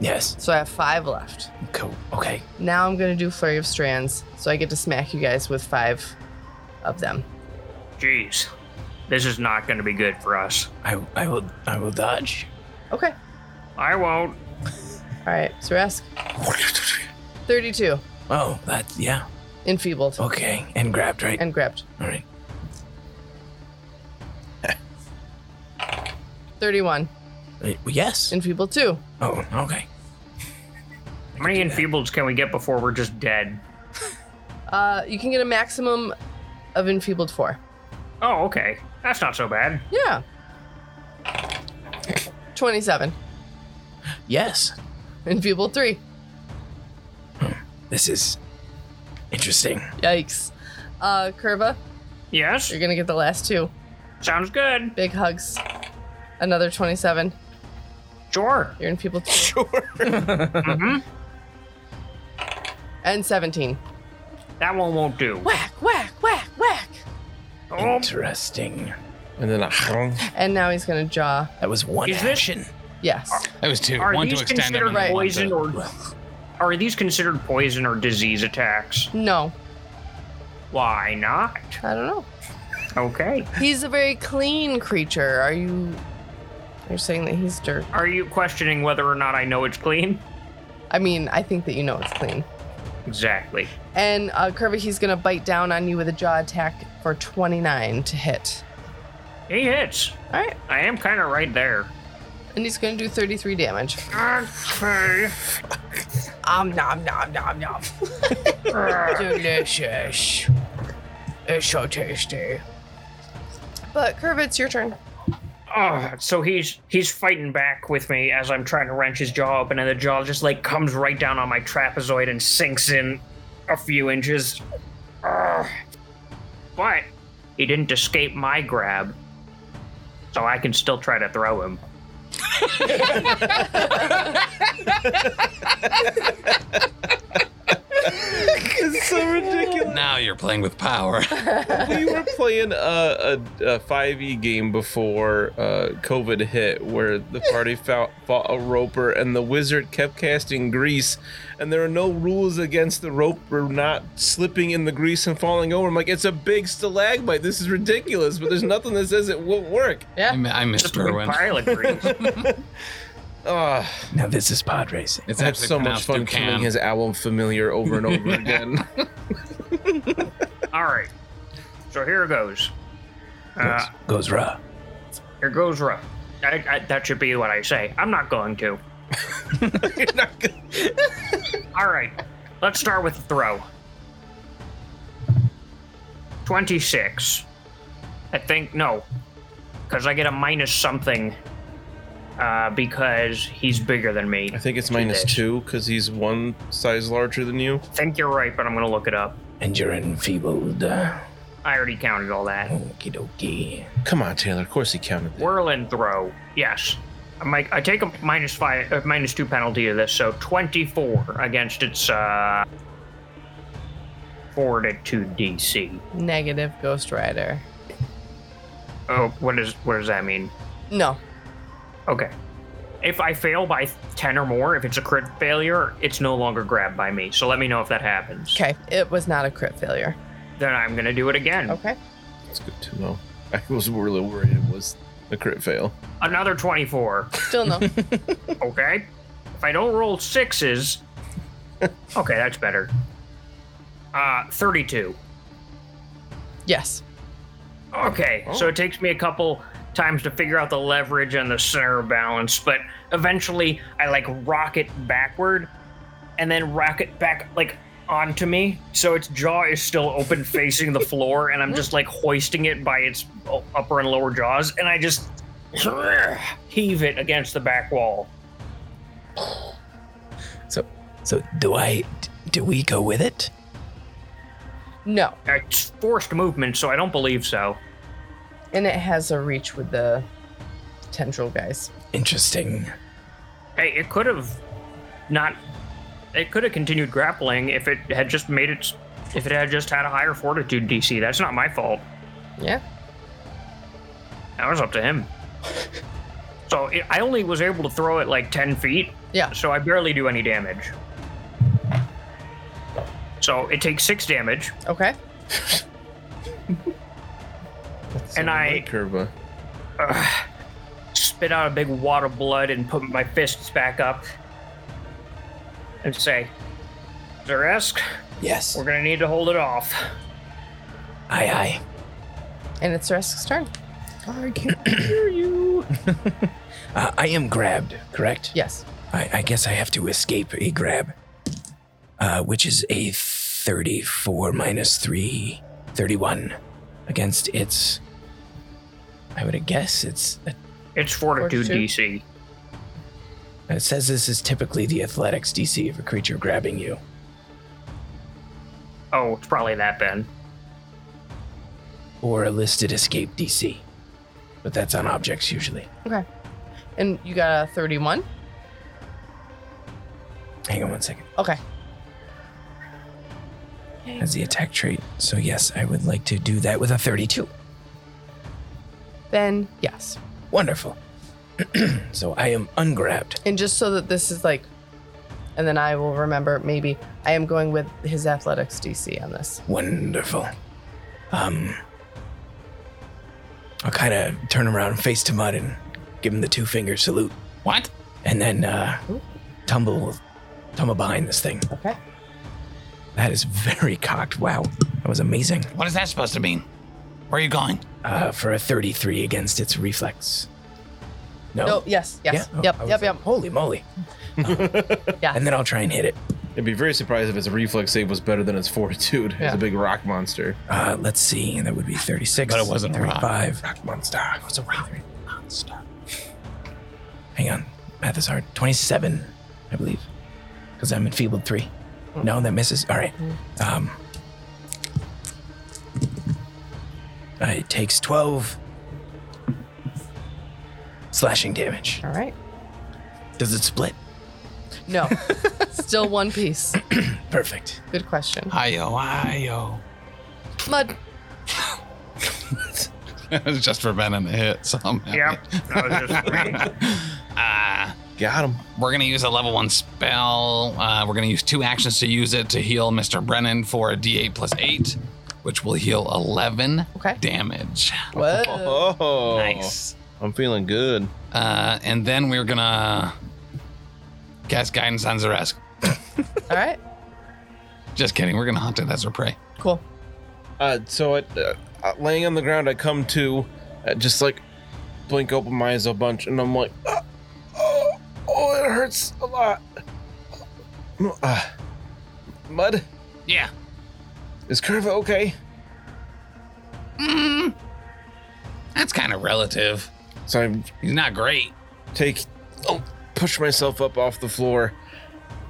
Speaker 6: Yes.
Speaker 1: So I have five left.
Speaker 6: Cool. Okay.
Speaker 1: Now I'm going to do Flurry of Strands. So I get to smack you guys with five of them.
Speaker 4: Jeez, this is not going to be good for us.
Speaker 6: I, I will I will dodge.
Speaker 1: Okay.
Speaker 4: I won't.
Speaker 1: All right. Suresk, 32.
Speaker 6: Oh, that's yeah.
Speaker 1: Enfeebled
Speaker 6: Okay. And grabbed, right?
Speaker 1: and grabbed.
Speaker 6: All right.
Speaker 1: 31.
Speaker 6: Uh, Yes.
Speaker 1: Enfeebled 2.
Speaker 6: Oh, okay.
Speaker 4: How many enfeebleds can we get before we're just dead?
Speaker 1: Uh, you can get a maximum of Enfeebled 4.
Speaker 4: Oh, okay. That's not so bad.
Speaker 1: Yeah. 27.
Speaker 6: Yes.
Speaker 1: Enfeebled 3.
Speaker 6: This is interesting.
Speaker 1: Yikes. Uh, Curva,
Speaker 4: Yes,
Speaker 1: you're going to get the last two.
Speaker 4: sounds good.
Speaker 1: Big hugs. Another 27.
Speaker 4: Sure.
Speaker 1: You're Enfeebled 2.
Speaker 6: Sure.
Speaker 1: Mm-hmm.
Speaker 4: hmm
Speaker 1: And 17.
Speaker 4: That one won't do.
Speaker 1: Whack, whack, whack, whack.
Speaker 4: Oh,
Speaker 6: Interesting.
Speaker 5: And then a
Speaker 1: And now he's going to jaw.
Speaker 6: That was one
Speaker 4: Is this-
Speaker 6: action.
Speaker 1: Yes.
Speaker 3: That was two.
Speaker 4: are
Speaker 3: one to
Speaker 4: these
Speaker 3: extend it.
Speaker 4: considered
Speaker 3: and then one
Speaker 4: poison
Speaker 3: to-
Speaker 4: or are these considered poison or disease attacks?
Speaker 1: No.
Speaker 4: Why not?
Speaker 1: I don't know.
Speaker 4: Okay.
Speaker 1: He's a very clean creature. Are you. You're saying that he's dirt.
Speaker 4: Are you questioning whether or not I know it's clean?
Speaker 1: I mean, I think that you know it's clean.
Speaker 4: Exactly.
Speaker 1: And uh, Curva, he's going to bite down on you with a jaw attack for 29 to hit.
Speaker 4: He hits.
Speaker 1: All right.
Speaker 4: I am kind of right there.
Speaker 1: And he's going to do 33 damage.
Speaker 4: Okay.
Speaker 1: Om nom nom nom nom. Delicious. It's so tasty. But Curva, it's your turn.
Speaker 4: Oh, so he's he's fighting back with me as I'm trying to wrench his jaw open, and the jaw just like comes right down on my trapezoid and sinks in a few inches. Ugh. But he didn't escape my grab, so I can still try to throw him.
Speaker 5: It's so ridiculous.
Speaker 3: Now you're playing with power.
Speaker 5: we were playing a, a, a 5e game before uh, COVID hit where the party fought, fought a roper and the wizard kept casting grease. And there are no rules against the roper not slipping in the grease and falling over. I'm like, it's a big stalagmite. This is ridiculous, but there's nothing that says it won't work.
Speaker 3: I, mi- I missed
Speaker 4: Just a big
Speaker 3: Berwin.
Speaker 4: pile of grease.
Speaker 5: Ugh,
Speaker 6: Now this is pod racing.
Speaker 3: It's
Speaker 5: I have
Speaker 3: actually
Speaker 5: Ah, so much
Speaker 3: pronounced
Speaker 5: fun
Speaker 3: Dukan.
Speaker 5: killing his owl familiar over and over again.
Speaker 4: All right, so here goes. Uh,
Speaker 6: Goes, goes raw.
Speaker 4: here goes rough. I, I, that should be what I say. I'm not going to.
Speaker 5: You're not good.
Speaker 4: All right, let's start with the throw. 26. I think, no, because I get a minus something uh, because he's bigger than me.
Speaker 5: I think it's minus
Speaker 4: dash.
Speaker 5: two because he's one size larger than you.
Speaker 4: I think you're right, but I'm going to look it up.
Speaker 6: And you're enfeebled. Uh,
Speaker 4: I already counted all that.
Speaker 6: okie dokie.
Speaker 5: Come on, Taylor. Of course he counted that.
Speaker 4: Whirling throw, yes. I'm like, I take a minus five, uh, minus two penalty to this, so 24 against its uh, fortitude DC.
Speaker 1: Negative Ghost Rider.
Speaker 4: Oh, what is what does that mean?
Speaker 1: No.
Speaker 4: Okay. If I fail by 10 or more, if it's a crit failure, it's no longer grabbed by me. So let me know if that happens.
Speaker 1: Okay. It was not a crit failure.
Speaker 4: Then I'm going to do it again.
Speaker 1: Okay.
Speaker 5: That's good to know. I was really worried it was a crit fail.
Speaker 4: Another 24.
Speaker 1: Still no.
Speaker 4: okay. If I don't roll sixes. okay, that's better. Uh, 32.
Speaker 1: yes.
Speaker 4: Okay, so it takes me a couple times to figure out the leverage and the center of balance, but eventually I like rock it backward and then rock it back like onto me. So its jaw is still open facing the floor, and I'm just like hoisting it by its o- upper and lower jaws, and I just heave it against the back wall.
Speaker 6: So do I? Do we go with it?
Speaker 1: No.
Speaker 4: It's forced movement, so I don't believe so.
Speaker 1: And it has a reach with the tendril guys.
Speaker 6: Interesting.
Speaker 4: Hey, it could have not. It could have continued grappling if it had just made its. If it had just had a higher fortitude DC, that's not my fault.
Speaker 1: Yeah.
Speaker 4: That was up to him. So it, I only was able to throw it like 10 feet.
Speaker 1: Yeah.
Speaker 4: So I barely do any damage. So it takes six damage,
Speaker 1: Okay.
Speaker 4: and I
Speaker 5: Curva.
Speaker 4: ugh, spit out a big wad of blood and put my fists back up and say, Zeresk,
Speaker 6: Yes.
Speaker 4: we're gonna need to hold it off.
Speaker 6: Aye, aye.
Speaker 1: And it's Resk's turn.
Speaker 6: I can't hear you. uh, I am grabbed, correct?
Speaker 1: Yes.
Speaker 6: I, I guess I have to escape a grab, uh, which is a 34 minus 3, 31 against its. I would guess it's.
Speaker 4: It's fortitude, DC.
Speaker 6: It says this is typically the athletics DC of a creature grabbing you.
Speaker 4: Oh, it's probably that then.
Speaker 6: or a listed escape DC. But that's on objects usually.
Speaker 1: Okay. And you got a 31.
Speaker 6: Hang on one second.
Speaker 1: Okay.
Speaker 6: That's the attack trait. So, yes, I would like to do that with a 32.
Speaker 1: Then, yes.
Speaker 6: Wonderful. so, I am ungrabbed.
Speaker 1: And just so that this is like, and then I will remember maybe I am going with his athletics DC on this.
Speaker 6: Wonderful. Um, I'll kind of turn around face to mud and give him the two finger salute.
Speaker 3: What?
Speaker 6: And then uh,
Speaker 1: Ooh.
Speaker 6: tumble, tumble behind this thing.
Speaker 1: Okay.
Speaker 6: That is very cocked. Wow. That was amazing.
Speaker 2: What is that supposed to mean? Where are you going?
Speaker 6: uh, for a 33 against its reflex. No.
Speaker 1: No, yes, yes.
Speaker 6: Yeah? Oh,
Speaker 1: Yep,
Speaker 6: I was
Speaker 1: yep,
Speaker 6: like,
Speaker 1: yep.
Speaker 6: Holy moly.
Speaker 1: Yeah.
Speaker 6: And then I'll try and hit it.
Speaker 5: I'd be very surprised if its reflex save was better than its fortitude. It's
Speaker 1: Yeah.
Speaker 5: a big rock monster.
Speaker 6: Uh, let's see. That would be 36.
Speaker 3: But it wasn't a rock.
Speaker 6: 35. Rock monster. It was a rock monster. Hang on. Math is hard. 27, I believe. Because I'm enfeebled three. No, that misses. All right. Um, uh, it takes 12 slashing damage.
Speaker 1: All right.
Speaker 6: Does it split?
Speaker 1: No. Still one piece.
Speaker 6: Perfect.
Speaker 1: Good question.
Speaker 2: Ayo, ayo.
Speaker 1: Mud.
Speaker 2: it was just for Ben and the hit, so I'm happy.
Speaker 4: Yep. That was just me.
Speaker 2: Ah,
Speaker 5: Got him.
Speaker 2: we're going to use a level one spell. Uh, we're going to use two actions to use it to heal Mr. Brennan for a d8 plus 8, which will heal 11
Speaker 1: Okay.
Speaker 2: damage.
Speaker 1: Whoa.
Speaker 5: Oh,
Speaker 2: Nice.
Speaker 5: I'm feeling good.
Speaker 2: Uh, and then we're going to cast Guidance on Zeresk.
Speaker 1: All right.
Speaker 2: Just kidding. We're going to hunt it as her prey.
Speaker 1: Cool.
Speaker 5: Uh, so, it, uh, uh, laying on the ground, I come to, uh, just like, blink open my eyes a bunch, and I'm like, "Ah, oh, oh, it hurts a lot. No, Uh, mud,
Speaker 2: Yeah.
Speaker 5: is Curva okay?
Speaker 2: Mm, that's kind of relative.
Speaker 5: So I
Speaker 2: He's not great.
Speaker 5: take, oh, push myself up off the floor.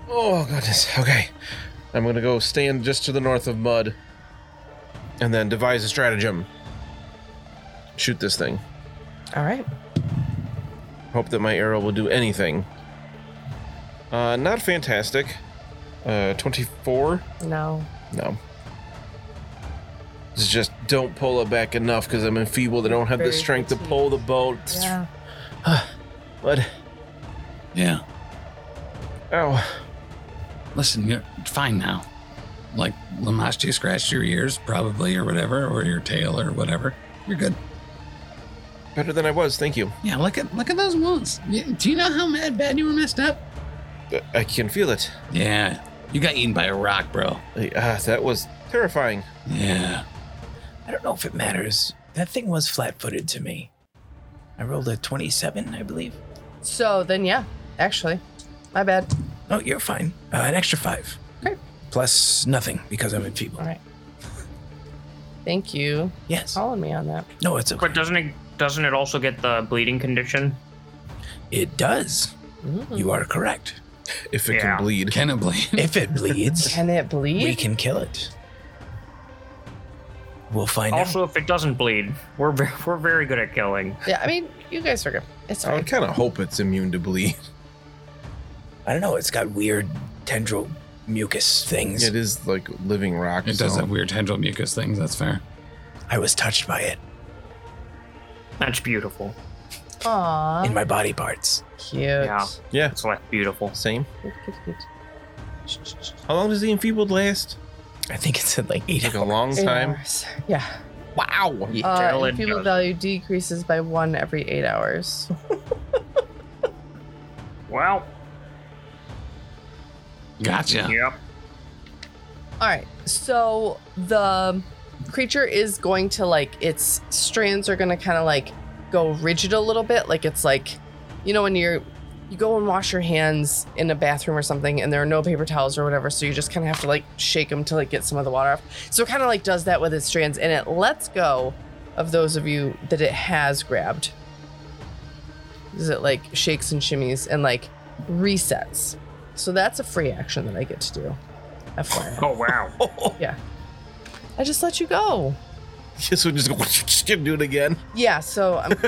Speaker 5: Oh goodness. Okay, I'm gonna go stand just to the north of mud, and then devise a stratagem. Shoot this thing.
Speaker 1: All right.
Speaker 5: Hope that my arrow will do anything. Uh, not fantastic. Uh, 24?
Speaker 1: No.
Speaker 5: No. It's just don't pull it back enough because I'm enfeebled. I don't have the
Speaker 1: Very
Speaker 5: strength to
Speaker 1: fatigued.
Speaker 5: pull the boat.
Speaker 1: Yeah.
Speaker 5: But, oh,
Speaker 2: Yeah.
Speaker 5: ow.
Speaker 2: Listen, you're fine now. Like Lamashti scratched your ears, probably, or whatever, or your tail, or whatever. You're good.
Speaker 5: Better than I was. Thank you.
Speaker 2: Yeah, look at look at those wounds. Yeah, Do you know how mad bad you were messed up?
Speaker 5: Uh, I can feel it.
Speaker 2: Yeah, you got eaten by a rock, bro.
Speaker 5: I- Ah, that was terrifying.
Speaker 2: Yeah.
Speaker 6: I don't know if it matters. That thing was flat footed to me. I rolled a 27, I believe.
Speaker 1: So then, yeah, actually, my bad.
Speaker 6: Oh, you're fine. Uh, an extra five.
Speaker 1: Great.
Speaker 6: Plus nothing because I'm enfeebled.
Speaker 1: All right. Oh. Thank you for
Speaker 6: Yes.
Speaker 1: calling me on that.
Speaker 6: No, it's okay.
Speaker 4: But doesn't it doesn't it also get the bleeding condition?
Speaker 6: It does.
Speaker 1: Mm.
Speaker 6: You are correct.
Speaker 5: If it
Speaker 4: Yeah.
Speaker 5: can bleed.
Speaker 2: Cannibally.
Speaker 6: If it bleeds,
Speaker 1: Can it bleed?
Speaker 6: we can kill it. We'll find out.
Speaker 4: Also, if it doesn't bleed, we're ve- we're very good at killing.
Speaker 1: Yeah, I mean, you guys are good. It's
Speaker 5: I
Speaker 1: fine.
Speaker 5: would kind of hope it's immune to bleed.
Speaker 6: I don't know. It's got weird tendril mucus things.
Speaker 5: It is like living rock.
Speaker 2: It does
Speaker 5: so-
Speaker 2: have weird tendril mucus things. That's fair.
Speaker 6: I was touched by it.
Speaker 4: That's beautiful.
Speaker 1: Aw,
Speaker 6: in my body parts.
Speaker 1: cute.
Speaker 4: Yeah.
Speaker 5: Yeah,
Speaker 4: It's like beautiful.
Speaker 5: same.
Speaker 1: Cute, cute, cute.
Speaker 5: How long does the enfeebled last?
Speaker 6: I think it said like eight.
Speaker 5: Like a long
Speaker 1: Eight
Speaker 5: time.
Speaker 1: hours. Yeah.
Speaker 5: Wow.
Speaker 1: Uh,
Speaker 4: Carolyn
Speaker 1: enfeebled
Speaker 4: does.
Speaker 1: value decreases by one every eight hours.
Speaker 4: Wow.
Speaker 2: Gotcha.
Speaker 4: Yep.
Speaker 1: All right. So the creature is going to like its strands are going to kind of like go rigid a little bit, like it's like you know when you're you go and wash your hands in a bathroom or something and there are no paper towels or whatever, so you just kind of have to like shake them to like get some of the water off. So it kind of like does that with its strands and it lets go of those of you that it has grabbed. Is it like shakes and shimmies and like resets. So that's a free action that I get to do. FYI.
Speaker 4: Oh wow.
Speaker 1: I just let you go.
Speaker 5: This would just go do it again.
Speaker 1: Yeah, so I'm, I'm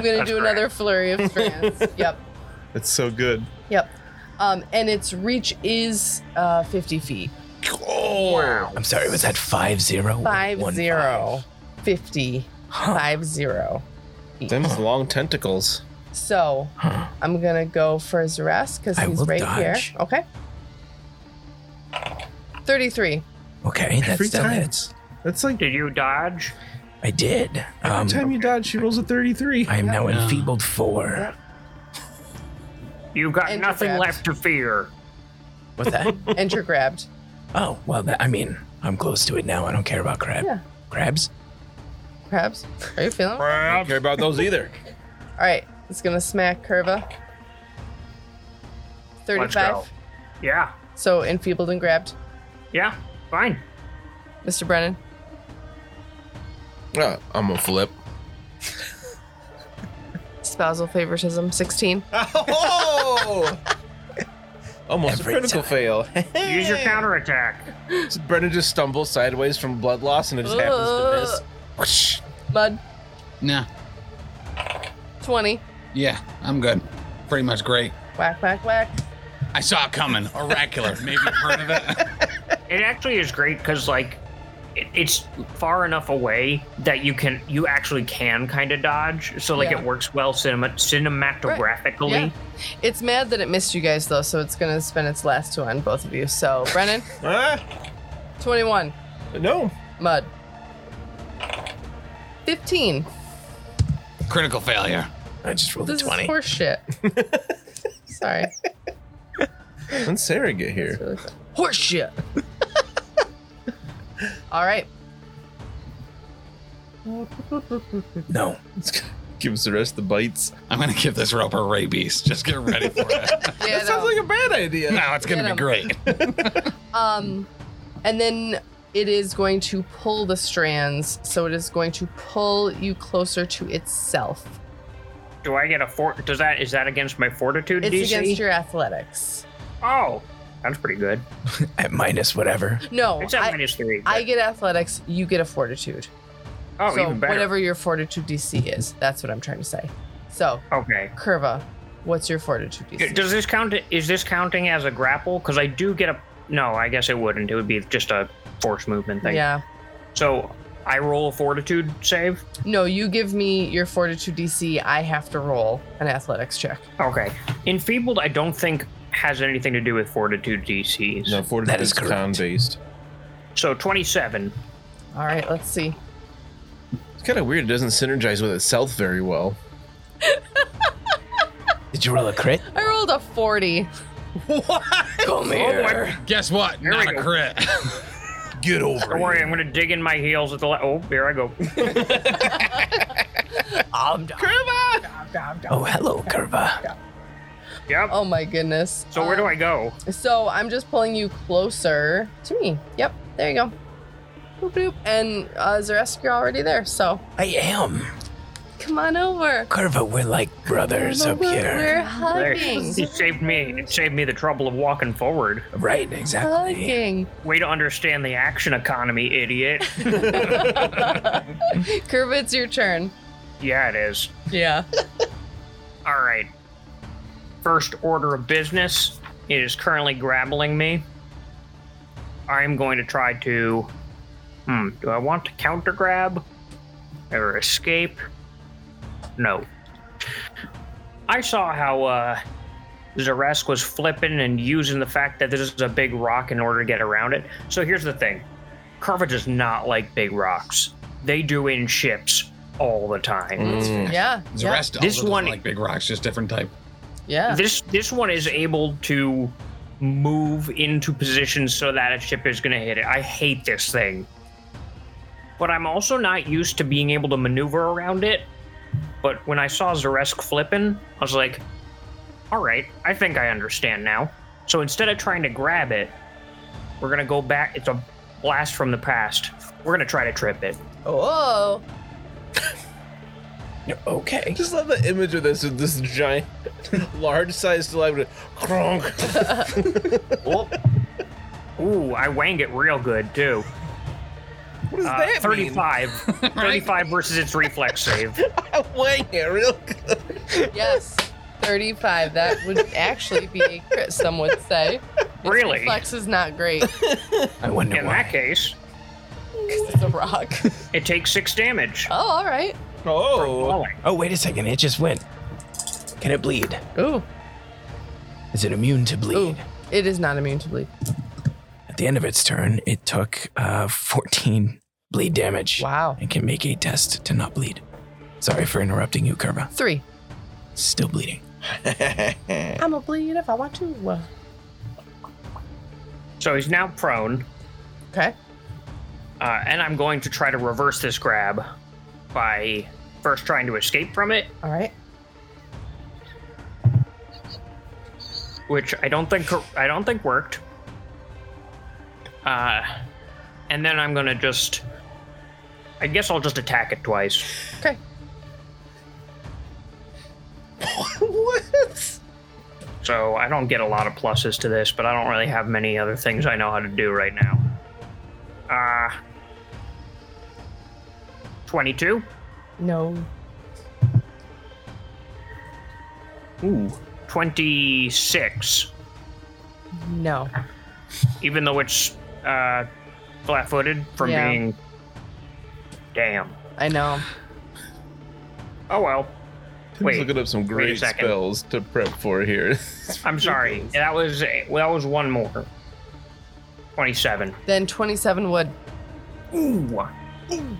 Speaker 1: gonna
Speaker 4: That's
Speaker 1: do another flurry of strands. yep,
Speaker 5: That's so good.
Speaker 1: yep. Um, and its reach is uh, 50 feet.
Speaker 5: Oh.
Speaker 6: I'm sorry, was that five zero? or
Speaker 1: Five
Speaker 6: one
Speaker 1: zero. 50.
Speaker 6: Huh.
Speaker 1: Five zero.
Speaker 5: Them's long tentacles.
Speaker 1: So
Speaker 6: Huh.
Speaker 1: I'm gonna go for Zaras because
Speaker 6: I
Speaker 1: he's
Speaker 6: will
Speaker 1: right
Speaker 6: dodge.
Speaker 1: here. Okay. 33.
Speaker 6: Okay, that
Speaker 5: Every
Speaker 6: still
Speaker 5: time.
Speaker 6: hits.
Speaker 5: That's like
Speaker 4: Did you dodge?
Speaker 6: I did.
Speaker 5: every
Speaker 6: Um,
Speaker 5: time you dodge, she rolls a 33.
Speaker 6: I am now
Speaker 2: Yeah.
Speaker 6: enfeebled four.
Speaker 4: You got
Speaker 1: And
Speaker 4: nothing
Speaker 1: grabbed.
Speaker 4: left to fear.
Speaker 6: What's that?
Speaker 1: Enter grabbed.
Speaker 6: Oh, well, that, I mean, I'm close to it now. I don't care about crab.
Speaker 1: Yeah.
Speaker 6: Crabs?
Speaker 1: Crabs. Are you feeling? All
Speaker 5: I don't care about those either.
Speaker 1: right. It's gonna smack Curva. 35.
Speaker 4: go. Yeah.
Speaker 1: So enfeebled and grabbed.
Speaker 4: Yeah. Fine.
Speaker 1: Mr. Brennan.
Speaker 5: Uh, I'm gonna flip.
Speaker 1: Spousal favoritism, 16.
Speaker 5: Oh! Almost
Speaker 6: Every
Speaker 5: a critical
Speaker 6: time.
Speaker 5: fail.
Speaker 4: Use your counterattack.
Speaker 5: So Brennan just stumbles sideways from blood loss and it just happens to miss. Whoosh.
Speaker 1: Uh, Mud,
Speaker 2: Nah.
Speaker 1: 20.
Speaker 2: Yeah, I'm good. Pretty much great.
Speaker 1: Whack, whack, whack.
Speaker 2: I saw it coming. Oracular. Maybe you've heard of it.
Speaker 4: It actually is great because like it, it's far enough away that you can you actually can kind of dodge. So like
Speaker 1: Yeah.
Speaker 4: it works well cinema cinematographically.
Speaker 1: Yeah. It's mad that it missed you guys, though, so it's going to spend its last two on both of you. So, Brennan,
Speaker 5: Ah,
Speaker 1: 21.
Speaker 5: no.
Speaker 1: Mud, 15.
Speaker 2: Critical failure.
Speaker 6: I just rolled
Speaker 1: This
Speaker 6: a
Speaker 1: is
Speaker 6: 20.
Speaker 1: horseshit. Sorry.
Speaker 5: When Sarah get
Speaker 1: It's
Speaker 5: here?
Speaker 1: really fun. horseshit. All right.
Speaker 6: No.
Speaker 5: Give us the rest of the bites.
Speaker 2: I'm going to give this roper rabies. Just get ready for it.
Speaker 1: Yeah,
Speaker 5: that
Speaker 1: no.
Speaker 5: sounds like a bad idea.
Speaker 2: no, it's going
Speaker 1: Get
Speaker 2: to
Speaker 1: 'em.
Speaker 2: be great.
Speaker 1: Um, and then it is going to pull the strands, so it is going to pull you closer to itself.
Speaker 4: Do I get a fort? Does that is that against my fortitude
Speaker 1: It's
Speaker 4: DC?
Speaker 1: against your athletics.
Speaker 4: oh, that's pretty good.
Speaker 6: At minus whatever.
Speaker 1: No,
Speaker 4: It's at
Speaker 1: Oh, I,
Speaker 4: minus three. but-
Speaker 1: I get athletics. You get a fortitude.
Speaker 4: oh,
Speaker 1: so
Speaker 4: even better.
Speaker 1: whatever your fortitude DC is, that's what I'm trying to say. So,
Speaker 4: Okay.
Speaker 1: Curva, what's your fortitude DC?
Speaker 4: Does this count? Is this counting as a grapple? Because I do get a. No, I guess it wouldn't. It would be just a force movement thing.
Speaker 1: yeah.
Speaker 4: So I roll a fortitude save.
Speaker 1: No, you give me your fortitude DC. I have to roll an athletics check.
Speaker 4: Okay. Enfeebled, I don't think has anything to do with fortitude DCs.
Speaker 5: No, fortitude
Speaker 6: That is correct.
Speaker 5: town based.
Speaker 4: So 27.
Speaker 1: All right, let's see.
Speaker 5: It's kind of weird. It doesn't synergize with itself very well.
Speaker 6: Did you roll a crit?
Speaker 1: I rolled a 40.
Speaker 6: Come here.
Speaker 2: Guess what?
Speaker 4: Here
Speaker 2: Not
Speaker 4: we
Speaker 2: a
Speaker 4: go.
Speaker 2: crit.
Speaker 6: Get over
Speaker 4: Don't worry, I'm gonna dig in my heels at the. La- oh, here I go.
Speaker 6: Oh, hello, Curva.
Speaker 4: Yep.
Speaker 1: Oh my goodness.
Speaker 4: so where do I go?
Speaker 1: So I'm just pulling you closer to me. Yep, there you go. Boop boop. And uh, Zaresk, you're already there. So
Speaker 6: I am.
Speaker 1: come on over.
Speaker 6: Curva, we're like brothers up
Speaker 1: We're-
Speaker 6: here.
Speaker 1: We're
Speaker 4: There.
Speaker 1: hugging.
Speaker 4: It saved me. It saved me the trouble of walking forward.
Speaker 6: Right, exactly.
Speaker 1: Hugging.
Speaker 4: Way to understand the action economy, idiot.
Speaker 1: Curve, it's your turn.
Speaker 4: yeah, it is.
Speaker 1: Yeah.
Speaker 4: All right. First order of business. It is currently grappling me. I'm going to try to. Hmm. Do I want to counter grab or escape? no. I saw how uh, Zaresk was flipping and using the fact that this is a big rock in order to get around it. So here's the thing Carver does not like big rocks, they do in ships all the time.
Speaker 5: Mm.
Speaker 1: Yeah.
Speaker 2: The
Speaker 1: Yeah.
Speaker 2: rest
Speaker 4: This
Speaker 2: also doesn't
Speaker 4: one-
Speaker 2: like big rocks, just different type.
Speaker 1: yeah.
Speaker 4: This this one is able to move into position so that a ship is going to hit it. I hate this thing. But I'm also not used to being able to maneuver around it. But when I saw Zaresk flipping, I was like, all right, I think I understand now. So instead of trying to grab it, we're going to go back. It's a blast from the past. We're going to try to trip it.
Speaker 1: Oh.
Speaker 6: Okay.
Speaker 5: Just love the image of this with this giant, large-sized celebrity. Cronk.
Speaker 4: Oh. Ooh, I wang it real good, too.
Speaker 5: What does
Speaker 4: Uh,
Speaker 5: that
Speaker 4: 35. 35 versus its reflex save.
Speaker 5: mean? Wang it real good.
Speaker 1: Yes. 35. That would actually be a crit, some would say. Its
Speaker 4: Really?
Speaker 1: Reflex is not great
Speaker 6: I wonder
Speaker 4: In
Speaker 6: why.
Speaker 4: that case,
Speaker 1: because it's a rock.
Speaker 4: it takes six damage.
Speaker 1: Oh, all right.
Speaker 5: Oh,
Speaker 4: Falling.
Speaker 6: Oh, wait a second. It just went. Can it bleed?
Speaker 1: Ooh.
Speaker 6: Is it immune to bleed?
Speaker 1: Ooh. It is not immune to bleed.
Speaker 6: At the end of its turn, it took uh, 14 bleed damage.
Speaker 1: Wow.
Speaker 6: And can make a test to not bleed. Sorry for interrupting you, Kerba.
Speaker 1: Three.
Speaker 6: Still bleeding.
Speaker 1: I'm a bleed if I want to.
Speaker 4: So he's now prone,
Speaker 1: Okay.
Speaker 4: uh, and I'm going to try to reverse this grab by first trying to escape from it,
Speaker 1: All right.
Speaker 4: which I don't think I don't think worked. Uh, and then I'm gonna just, I guess I'll just attack it twice.
Speaker 1: Okay.
Speaker 5: what?
Speaker 4: So I don't get a lot of pluses to this, but I don't really have many other things I know how to do right now. Uh, 22.
Speaker 1: No.
Speaker 4: Ooh. 26.
Speaker 1: No.
Speaker 4: Even though it's uh, flat footed from
Speaker 1: Yeah.
Speaker 4: being. Damn.
Speaker 1: I know.
Speaker 4: Oh well.
Speaker 5: Wait, looking up some great
Speaker 4: second.
Speaker 5: spells to prep for here.
Speaker 4: I'm sorry. That was a, well, that was one more. 27.
Speaker 1: Then 27 would
Speaker 4: Ooh.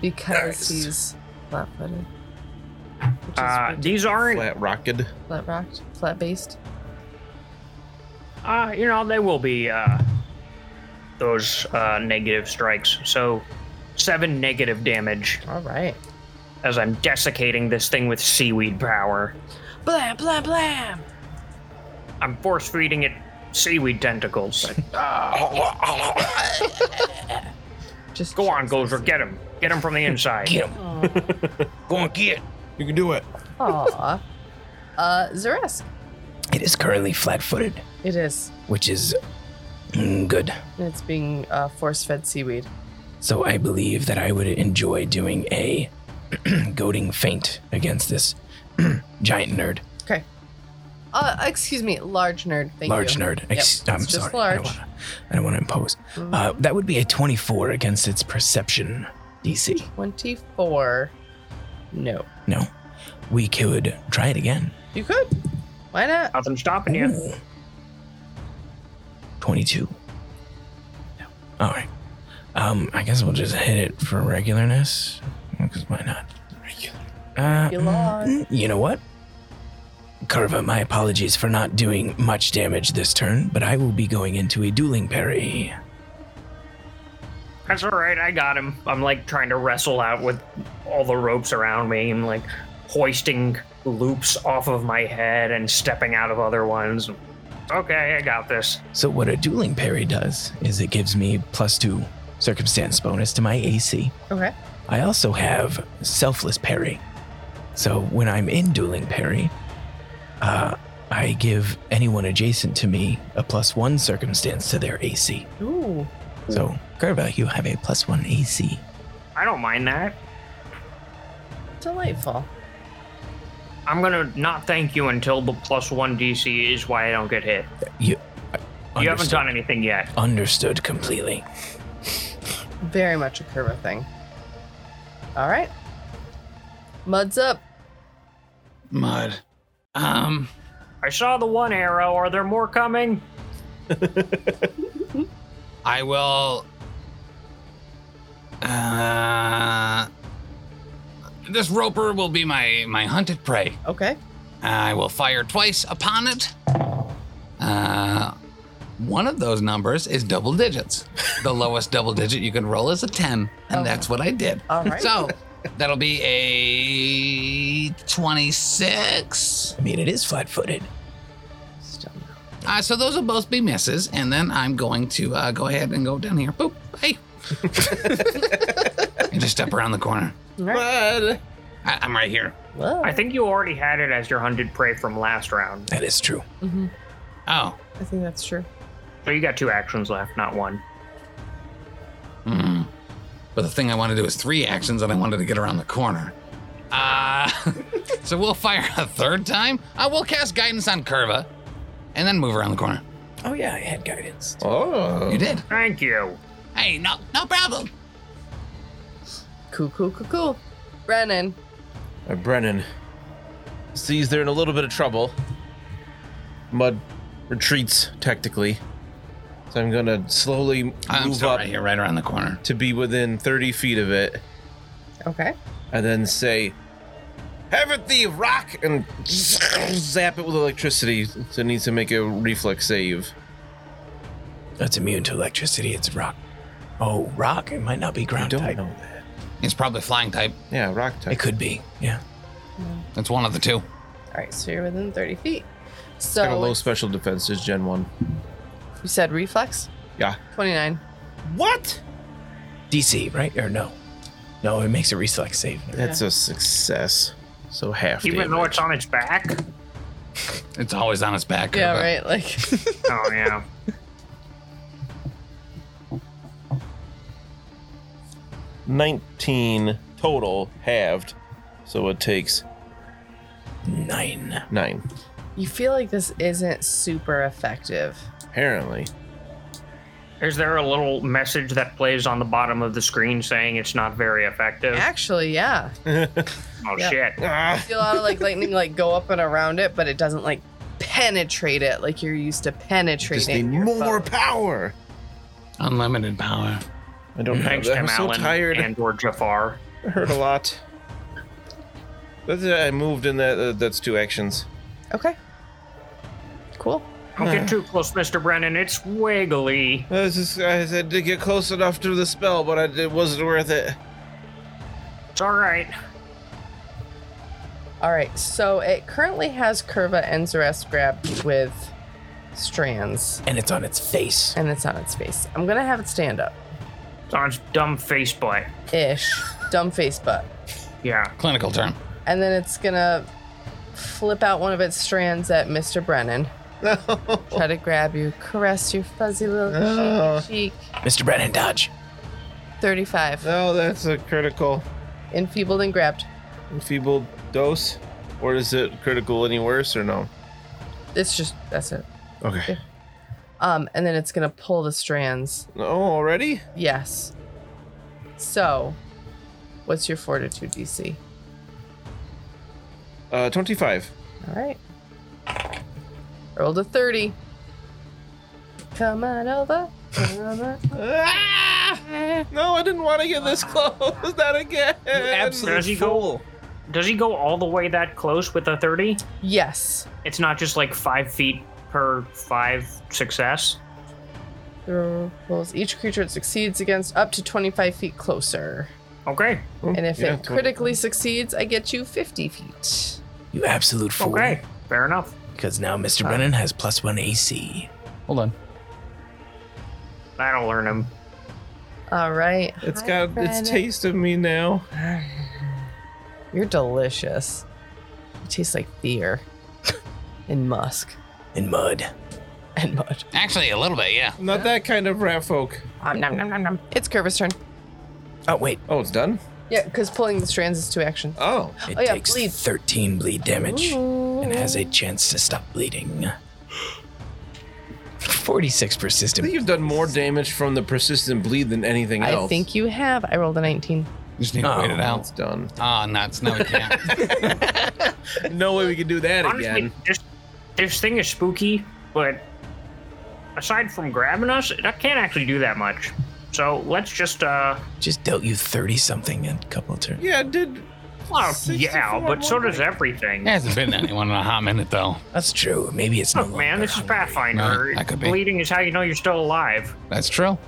Speaker 1: because
Speaker 5: Nice.
Speaker 1: he's flat footed. Which is
Speaker 4: Uh, these aren't
Speaker 5: Flat rocket.
Speaker 1: flat rocked, flat based.
Speaker 4: Uh, you know, they will be uh, those uh, negative strikes. So, seven negative damage
Speaker 1: All right.
Speaker 4: as I'm desiccating this thing with seaweed power.
Speaker 1: Blam, blam, blam.
Speaker 4: I'm force feeding it seaweed tentacles.
Speaker 1: Just
Speaker 4: Go on, Gozer, get him. Get him from the inside.
Speaker 6: Get him. Go on, get. You can do it.
Speaker 1: Aw. Uh, Zeresk.
Speaker 6: It is currently flat footed,
Speaker 1: It is.
Speaker 6: which is mm, good.
Speaker 1: And It's being uh, force fed seaweed.
Speaker 6: So I believe that I would enjoy doing a goading feint against this giant nerd.
Speaker 1: Okay. Uh, excuse me, large nerd. Thank
Speaker 6: large
Speaker 1: you.
Speaker 6: nerd.
Speaker 1: Yep,
Speaker 6: Ex- I'm
Speaker 1: it's just
Speaker 6: sorry. I
Speaker 1: large.
Speaker 6: don't wanna- I don't want to impose. Uh, that would be a 24 against its perception DC.
Speaker 1: 24. No.
Speaker 6: No. We could try it again.
Speaker 1: You could. Why not?
Speaker 4: Nothing's stopping you.
Speaker 6: Ooh. 22. No. All right. Um, I guess we'll just hit it for regularness. Because why not? Regular. Uh,
Speaker 1: Regular.
Speaker 6: mm, you know what? Carva, my apologies for not doing much damage this turn, but I will be going into a dueling parry.
Speaker 4: That's all right. I got him. I'm like trying to wrestle out with all the ropes around me. I'm like hoisting loops off of my head and stepping out of other ones. Okay, I got this.
Speaker 6: So what a dueling parry does is it gives me plus two circumstance bonus to my AC.
Speaker 1: Okay.
Speaker 6: I also have selfless parry. So when I'm in dueling parry, uh, I give anyone adjacent to me a plus one circumstance to their AC.
Speaker 1: Ooh.
Speaker 6: So Gerva, you have a plus one AC.
Speaker 4: I don't mind that.
Speaker 1: Delightful.
Speaker 4: I'm gonna not thank you until the plus one DC is why I don't get hit.
Speaker 6: You,
Speaker 4: You haven't done anything yet.
Speaker 6: Understood completely.
Speaker 1: Very much a curva thing. All right. Mud's up.
Speaker 2: mud. Um,
Speaker 4: I saw the one arrow. Are there more coming?
Speaker 2: I will. Uh, this roper will be my my hunted prey.
Speaker 1: Okay.
Speaker 2: I will fire twice upon it. Uh, one of those numbers is double digits. The lowest double digit you can roll is a 10, and
Speaker 1: Okay.
Speaker 2: that's what I did.
Speaker 1: All right.
Speaker 2: So that'll be a 26.
Speaker 6: I mean, it is flat footed.
Speaker 1: Still no.
Speaker 2: Uh, so those will both be misses, and then I'm going to uh, go ahead and go down here. Boop. Hey. and just step around the corner.
Speaker 1: All right.
Speaker 5: Bud.
Speaker 2: I- I'm right here.
Speaker 1: Whoa.
Speaker 4: I think you already had it as your hunted prey from last round.
Speaker 6: That is true.
Speaker 1: Mhm.
Speaker 2: Oh.
Speaker 1: I think that's true.
Speaker 4: So you got two actions left, not one.
Speaker 2: Hmm. But the thing I want to do is three actions, and I wanted to get around the corner. Uh, so we'll fire a third time. I will cast guidance on Curva, and then move around the corner.
Speaker 6: Oh, yeah, I had guidance.
Speaker 5: Oh.
Speaker 2: You did.
Speaker 4: Thank you.
Speaker 2: Hey, no, no problem.
Speaker 1: Cool, cool, cool, cool. Brennan.
Speaker 5: Uh, Brennan sees they're in a little bit of trouble. Mud retreats tactically. So I'm going to slowly move
Speaker 2: I'm still
Speaker 5: up
Speaker 2: right here, right around the corner.
Speaker 5: to be within 30 feet of it
Speaker 1: Okay.
Speaker 5: and then say, Have it the rock! And zap it with electricity. So it needs to make a reflex save.
Speaker 6: That's immune to electricity. It's rock. Oh, rock. It might not be
Speaker 5: I
Speaker 6: ground
Speaker 5: don't
Speaker 6: type.
Speaker 5: know that.
Speaker 2: It's probably flying type.
Speaker 5: Yeah, rock
Speaker 6: It
Speaker 5: type.
Speaker 6: could be. Yeah.
Speaker 2: It's one of the two.
Speaker 1: All right. So you're within 30 feet.
Speaker 5: Got a
Speaker 1: So
Speaker 5: low special defense, just Gen 1.
Speaker 1: you said reflex?
Speaker 5: Yeah.
Speaker 1: 29.
Speaker 5: What?
Speaker 6: DC, right? Or no? No, it makes a reflex save.
Speaker 5: That's a success. So half
Speaker 4: Even though it's on its back.
Speaker 2: It's always on its back.
Speaker 1: Yeah,
Speaker 2: Curva.
Speaker 1: right. Like,
Speaker 4: Oh yeah.
Speaker 5: damage. 19 total halved. So it takes
Speaker 6: Nine.
Speaker 5: nine.
Speaker 1: you feel like this isn't super effective.
Speaker 5: Apparently.
Speaker 4: Is there a little message that plays on the bottom of the screen saying it's not very effective?
Speaker 1: Actually, yeah.
Speaker 4: Oh
Speaker 1: Yeah.
Speaker 4: shit.
Speaker 5: Ah,
Speaker 1: feel a lot of like lightning like go up and around it, but it doesn't like penetrate it like you're used to penetrating.
Speaker 5: just need
Speaker 1: your
Speaker 5: more
Speaker 1: foe.
Speaker 5: power.
Speaker 2: Unlimited power.
Speaker 5: I don't
Speaker 4: Thanks,
Speaker 5: have that.
Speaker 4: Tim
Speaker 5: I'm so
Speaker 4: Allen
Speaker 5: tired.
Speaker 4: and or Jafar.
Speaker 5: I hurt a lot. That's it, I moved in that. Uh, that's two actions.
Speaker 1: Okay. Cool.
Speaker 4: Don't get too close, Mr. Brennan. It's wiggly.
Speaker 5: I, was just, I had to get close enough to the spell, but I, it wasn't worth it.
Speaker 4: It's all right.
Speaker 1: All right. So it currently has Curva and Zeres grabbed with strands,
Speaker 6: And it's on its face.
Speaker 1: and it's on its face. I'm gonna have it stand up,
Speaker 4: It's on its dumb face butt.
Speaker 1: ish, dumb face butt,
Speaker 4: Yeah.
Speaker 2: Clinical term.
Speaker 1: and then it's gonna flip out one of its strands at Mr. Brennan. Try to grab you, caress your fuzzy little
Speaker 5: Oh.
Speaker 1: cheek. cheek.
Speaker 6: Mr. Brennan, dodge.
Speaker 1: Thirty-five,
Speaker 5: No, that's a critical
Speaker 1: enfeebled and grabbed.
Speaker 5: enfeebled dose. Or is it critical any worse or no?
Speaker 1: It's just that's it.
Speaker 5: Okay.
Speaker 1: Um, and then it's gonna pull the strands.
Speaker 5: No, already?
Speaker 1: Yes. So, what's your fortitude DC?
Speaker 5: Uh, 25.
Speaker 1: All right. Rolled a thirty. Come on over. Come on.
Speaker 5: Ah! No, I didn't want to get this close. Not again.
Speaker 4: Does he go? Does he go all the way that close with a thirty?
Speaker 1: Yes.
Speaker 4: It's not just like five feet per five success.
Speaker 1: The roll rolls each creature it succeeds against up to 25 feet closer.
Speaker 4: Okay.
Speaker 1: And if
Speaker 5: Yeah,
Speaker 1: it
Speaker 5: 20.
Speaker 1: critically succeeds, I get you 50 feet.
Speaker 6: You absolute fool.
Speaker 4: Okay. Fair enough.
Speaker 6: Because now Mr. Brennan has plus one AC.
Speaker 3: Hold on.
Speaker 4: That'll learn him.
Speaker 1: All right.
Speaker 5: It's
Speaker 1: Hi,
Speaker 5: got
Speaker 1: Brennan.
Speaker 5: its taste of me now.
Speaker 1: You're delicious. It tastes like beer and musk
Speaker 6: In mud.
Speaker 1: and mud.
Speaker 2: Actually, a little bit, yeah.
Speaker 5: Not that kind of rat folk.
Speaker 1: Om nom nom nom nom. It's Curva's turn.
Speaker 6: Oh, wait.
Speaker 5: Oh, it's done?
Speaker 1: Yeah, because pulling the strands is two actions.
Speaker 5: Oh.
Speaker 6: It
Speaker 1: Oh, yeah,
Speaker 6: takes
Speaker 1: bleed.
Speaker 6: 13 bleed damage
Speaker 1: Ooh.
Speaker 6: and has a chance to stop bleeding. 46
Speaker 5: I
Speaker 6: persistent.
Speaker 5: think you've done more damage from the persistent bleed than anything
Speaker 1: I
Speaker 5: else.
Speaker 1: think you have. I rolled a 19.
Speaker 2: Just need to
Speaker 6: Oh,
Speaker 2: wait it
Speaker 5: It's
Speaker 2: out.
Speaker 5: done.
Speaker 2: Ah, nuts. No, we can't.
Speaker 5: No way we can do that
Speaker 4: Honestly,
Speaker 5: again.
Speaker 4: this, this thing is spooky, but aside from grabbing us, I can't actually do that much. So let's just, uh,
Speaker 6: Just dealt you 30 something in a couple of turns.
Speaker 5: Yeah, dude.
Speaker 4: well,
Speaker 5: 64
Speaker 4: yeah, but so does
Speaker 5: one
Speaker 4: everything.
Speaker 2: It hasn't been to anyone in a hot minute, though.
Speaker 6: That's true. Maybe it's not.
Speaker 4: Look, man, this is Pathfinder.
Speaker 2: Right, that could be.
Speaker 4: Bleeding is how you know you're still alive.
Speaker 2: That's true.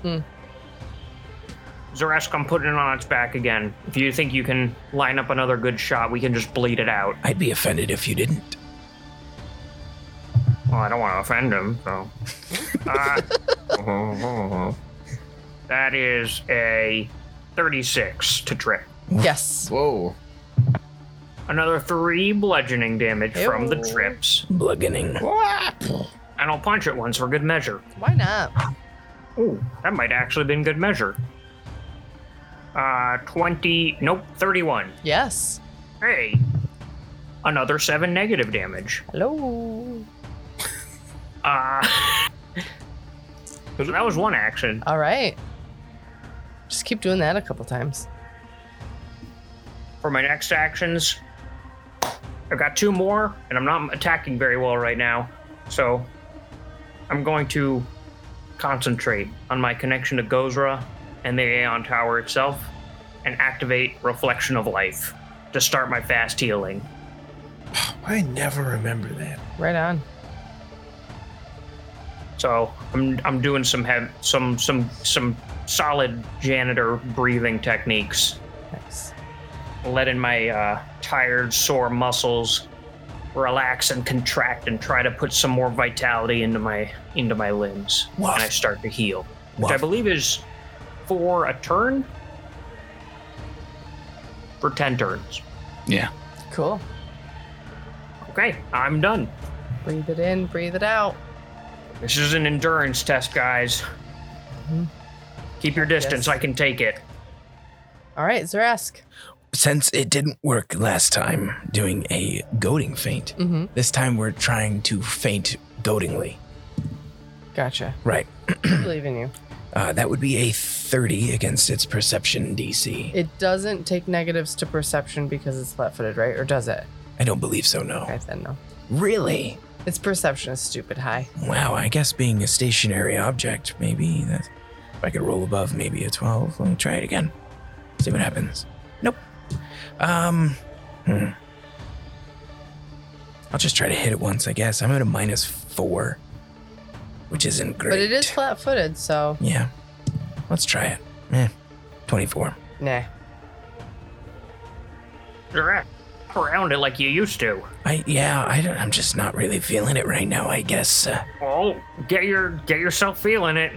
Speaker 4: Zeresk, I'm putting it on its back again. If you think you can line up another good shot, we can just bleed it out.
Speaker 6: I'd be offended if you didn't.
Speaker 4: Well, I don't want to offend him, so. Uh, that is a 36 to trip.
Speaker 1: Yes.
Speaker 5: Whoa.
Speaker 4: Another three bludgeoning damage from the
Speaker 1: Ew.
Speaker 4: trips.
Speaker 6: Bluggening.
Speaker 4: And I'll punch it once for good measure.
Speaker 1: Why not?
Speaker 4: Ooh, that might actually have been good measure. Uh, 20. Nope, 31.
Speaker 1: Yes.
Speaker 4: Hey! Another seven negative damage.
Speaker 1: Hello.
Speaker 4: Uh. so that was one action.
Speaker 1: All right. Just keep doing that a couple times.
Speaker 4: For my next actions, I've got two more, and I'm not attacking very well right now. So I'm going to concentrate on my connection to Gozra and the Aeon Tower itself and activate Reflection of Life to start my fast healing.
Speaker 5: I never remember that.
Speaker 1: Right on.
Speaker 4: So I'm I'm doing some hev- some some some solid janitor breathing techniques,
Speaker 1: Nice.
Speaker 4: letting my uh, tired sore muscles relax and contract and try to put some more vitality into my into my limbs, and I
Speaker 6: Woof.
Speaker 4: start to heal, which I
Speaker 6: Woof.
Speaker 4: believe is for a turn, for ten turns.
Speaker 2: Yeah.
Speaker 1: Cool.
Speaker 4: Okay, I'm done.
Speaker 1: Breathe it in, breathe it out.
Speaker 4: This is an endurance test, guys.
Speaker 6: Mm-hmm.
Speaker 1: Mhm.
Speaker 4: Keep your distance.
Speaker 1: Yes.
Speaker 4: I can take it.
Speaker 1: All right, Zerask.
Speaker 6: Since it didn't work last time doing a goading feint,
Speaker 1: Mm-hmm.
Speaker 6: this time we're trying to feint goadingly.
Speaker 1: Gotcha.
Speaker 6: Right.
Speaker 1: I believe in you.
Speaker 6: Uh, that would be a 30 against its perception DC.
Speaker 1: It doesn't take negatives to perception because it's flat footed, right? Or does it?
Speaker 6: I don't believe so, no.
Speaker 1: Right then, no.
Speaker 6: Really?
Speaker 1: Its perception is stupid high.
Speaker 6: Wow, I guess being a stationary object, maybe that's. If I could roll above maybe a 12, let me try it again. See what happens. Nope. Um. hmm. I'll just try to hit it once, I guess. I'm at a minus four, which isn't great.
Speaker 1: But it is flat footed, so
Speaker 6: Yeah. Let's try it. Eh. 24.
Speaker 1: nah.
Speaker 4: Direct around it like you used to.
Speaker 6: I, yeah, I don't, I'm just not really feeling it right now, I guess. Uh,
Speaker 4: Well, get your get yourself feeling it.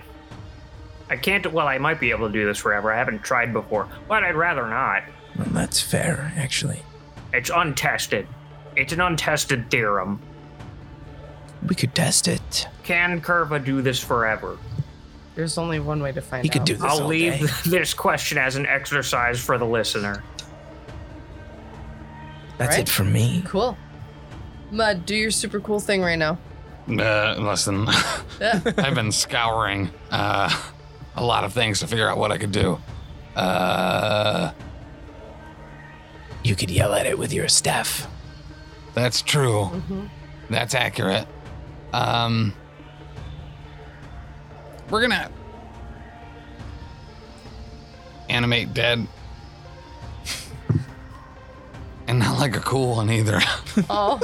Speaker 4: I can't. Well, I might be able to do this forever. I haven't tried before, but I'd rather not.
Speaker 6: well, that's fair, actually.
Speaker 4: It's untested. It's an untested theorem.
Speaker 6: We could test it.
Speaker 4: Can Curva do this forever?
Speaker 1: There's only one way to find
Speaker 6: He could
Speaker 1: out.
Speaker 6: do this
Speaker 4: I'll
Speaker 6: all
Speaker 4: leave
Speaker 6: day.
Speaker 4: this question as an exercise for the listener.
Speaker 6: That's
Speaker 1: Right?
Speaker 6: it for me.
Speaker 1: Cool. Mud, do your super cool thing right now.
Speaker 2: Uh, listen,
Speaker 1: Yeah.
Speaker 2: I've been scouring uh, a lot of things to figure out what I could do. Uh,
Speaker 6: You could yell at it with your staff.
Speaker 2: that's true.
Speaker 1: Mhm.
Speaker 2: That's accurate. Um, we're gonna animate dead, and not like a cool one either.
Speaker 1: Oh,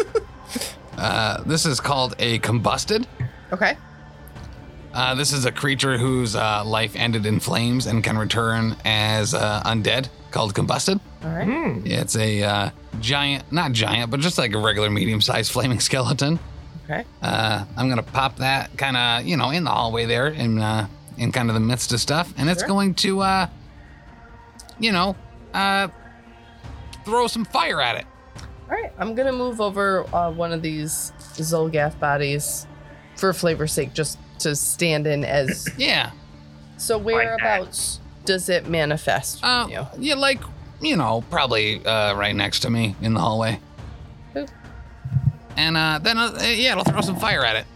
Speaker 2: Uh, this is called a combusted.
Speaker 1: okay.
Speaker 2: Uh, this is a creature whose uh, life ended in flames and can return as uh, undead, called combusted.
Speaker 1: All right.
Speaker 2: It's a uh, giant, not giant, but just like a regular medium-sized flaming skeleton.
Speaker 1: Okay.
Speaker 2: Uh, I'm gonna pop that kind of, you know, in the hallway there, in uh, in kind of the midst of stuff, and it's
Speaker 1: Sure.
Speaker 2: going to, uh, you know, uh, throw some fire at it.
Speaker 1: All right. I'm going to move over uh, one of these Zolgath bodies for flavor's sake, just to stand in as.
Speaker 2: Yeah.
Speaker 1: So, whereabouts does it manifest? from
Speaker 2: Uh,
Speaker 1: you?
Speaker 2: yeah, like, you know, probably uh, right next to me in the hallway.
Speaker 1: Boop.
Speaker 2: And uh, then, uh, yeah, it'll throw some fire at it.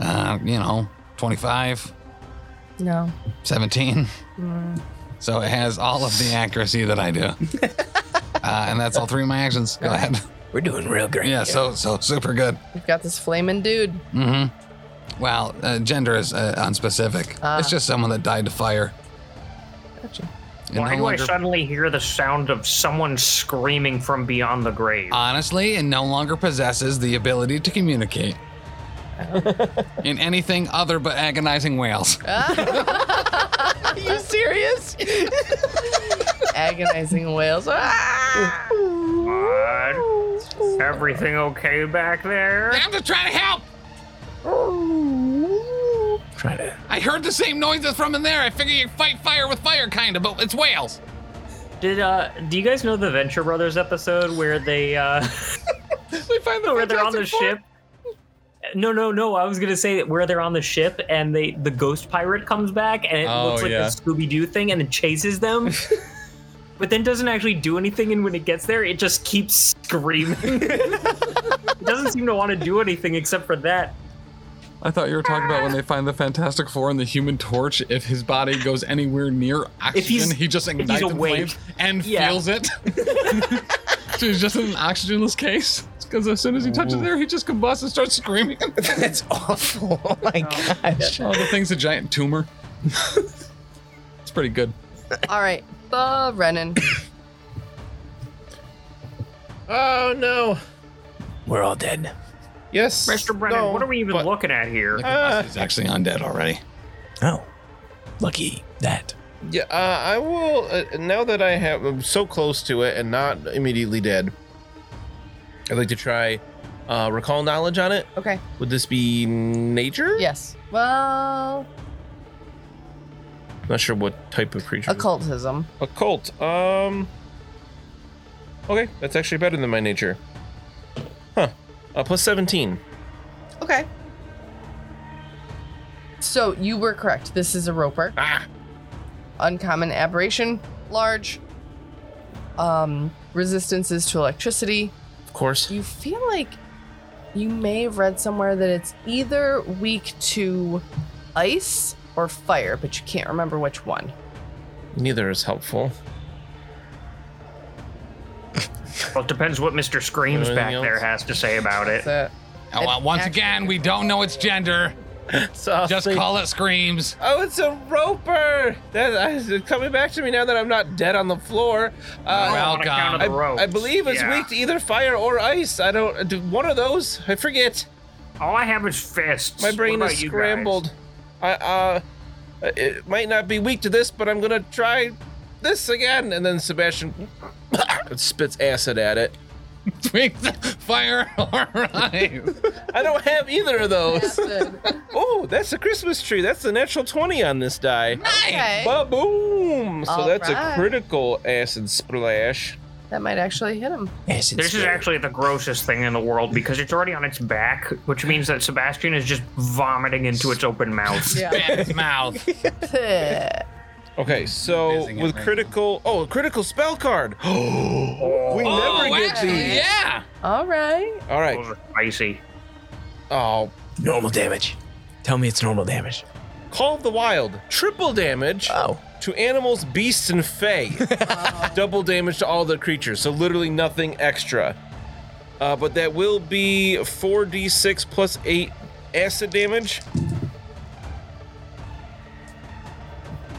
Speaker 2: Uh, you know, 25,
Speaker 1: No.
Speaker 2: 17,
Speaker 1: Mm,
Speaker 2: So it has all of the accuracy that I do. uh, and that's all three of my actions. Go ahead.
Speaker 6: We're doing real great.
Speaker 2: Yeah,
Speaker 6: here.
Speaker 2: so so super good.
Speaker 1: We've got this flaming dude.
Speaker 2: hmm Well, uh, gender is uh, unspecific.
Speaker 1: Ah.
Speaker 2: It's just someone that died to fire.
Speaker 1: Gotcha.
Speaker 2: And
Speaker 4: Why
Speaker 2: no
Speaker 4: do I
Speaker 2: longer-
Speaker 4: suddenly hear the sound of someone screaming from beyond the grave?
Speaker 2: Ah. honestly and no longer possesses the ability to communicate in anything other but agonizing wails.
Speaker 1: Are you serious? Agonizing wails. Ah!
Speaker 4: Bud, everything okay back there?
Speaker 2: I'm just trying to help.
Speaker 6: Try to.
Speaker 2: I heard the same noises from in there. I figure you fight fire with fire, kinda, but it's whales.
Speaker 4: Did uh, do you guys know the Venture Brothers episode where they uh,
Speaker 2: We find the
Speaker 4: where they're on the
Speaker 2: Fantastic Four.
Speaker 4: ship? No, no, no. I was gonna say that where they're on the ship and they the ghost pirate comes back and it
Speaker 5: Oh,
Speaker 4: looks like
Speaker 5: yeah.
Speaker 4: the Scooby Doo thing and it chases them. But then doesn't actually do anything, and when it gets there, it just keeps screaming. it doesn't seem to want to do anything except for that.
Speaker 7: I thought you were talking about when they find the Fantastic Four and the Human Torch. If his body goes anywhere near
Speaker 4: he's-
Speaker 7: oxygen, he just
Speaker 4: he's
Speaker 7: ignites in
Speaker 4: awake.
Speaker 7: flames and
Speaker 4: Yeah.
Speaker 7: feels it. so he's just in an oxygenless case. Because as soon as he touches there, he just combusts and starts screaming.
Speaker 6: That's awful. Oh my gosh.
Speaker 7: oh, the thing's a giant tumor. it's pretty good.
Speaker 1: All right, the Renan.
Speaker 5: Oh no.
Speaker 6: We're all dead.
Speaker 5: Yes.
Speaker 4: Mr. Brennan,
Speaker 5: no,
Speaker 4: what are we even
Speaker 5: but- uh,
Speaker 4: looking at here?
Speaker 2: The combust is actually undead already.
Speaker 6: Oh. Lucky that.
Speaker 5: Yeah, uh, I will. Uh, now that I have, I'm so close to it and not immediately dead, I'd like to try uh, recall knowledge on it.
Speaker 1: Okay.
Speaker 5: Would this be nature?
Speaker 1: Yes. Well,
Speaker 5: Not sure what type of creature.
Speaker 1: occultism.
Speaker 5: Occult. Um. Okay, that's actually better than my nature. Huh. Uh, plus 17.
Speaker 1: Okay. So you were correct. This is a roper.
Speaker 5: Ah.
Speaker 1: Uncommon aberration, large. Um, resistances to electricity.
Speaker 5: Of course.
Speaker 1: You feel like you may have read somewhere that it's either weak to ice or fire, but you can't remember which one.
Speaker 5: Neither is helpful.
Speaker 4: Well, it depends what Mr. Screams
Speaker 5: Anything
Speaker 4: back there
Speaker 5: else?
Speaker 4: has to say about it.
Speaker 1: So,
Speaker 2: Oh, well, once
Speaker 1: actually-
Speaker 2: again, we don't know its gender.
Speaker 5: So I'll
Speaker 2: Just
Speaker 5: say-
Speaker 2: call it screams.
Speaker 5: Oh, it's a roper! That uh, coming back to me now that I'm not dead on the floor. Uh,
Speaker 4: Well, on
Speaker 2: Welcome.
Speaker 4: account of the
Speaker 5: I,
Speaker 4: ropes.
Speaker 5: I believe it's
Speaker 4: Yeah.
Speaker 5: weak to either fire or ice. I don't. do One of those. I forget.
Speaker 4: All I have is fists.
Speaker 5: My brain
Speaker 4: What
Speaker 5: is
Speaker 4: about you guys?
Speaker 5: scrambled. I uh, it might not be weak to this, but I'm gonna try this again. And then Sebastian spits acid at it.
Speaker 2: Between the fire or ice.
Speaker 5: I don't have either of those.
Speaker 1: acid.
Speaker 5: Oh, that's a Christmas tree. That's the natural twenty on this die.
Speaker 1: okay.
Speaker 5: Ba boom! So
Speaker 1: All
Speaker 5: that's
Speaker 1: right.
Speaker 5: a critical acid splash.
Speaker 1: That might actually hit him.
Speaker 6: Acid
Speaker 4: This is
Speaker 6: spray.
Speaker 4: actually the grossest thing in the world because it's already on its back, which means that Sebastian is just vomiting into its open mouth.
Speaker 2: Bit its mouth.
Speaker 5: Okay, so
Speaker 2: Amazing
Speaker 5: with
Speaker 2: at random.
Speaker 5: critical, oh, a critical spell card. we never
Speaker 2: oh,
Speaker 5: get
Speaker 2: actually,
Speaker 5: these.
Speaker 2: yeah.
Speaker 1: All right.
Speaker 5: All right.
Speaker 4: Those are spicy.
Speaker 5: Oh,
Speaker 6: normal damage. Tell me it's normal damage.
Speaker 5: Call of the Wild, triple damage
Speaker 6: Oh.
Speaker 5: to animals, beasts, and fae. Double damage to all the creatures, so literally nothing extra. Uh, but that will be 4d6 plus 8 acid damage.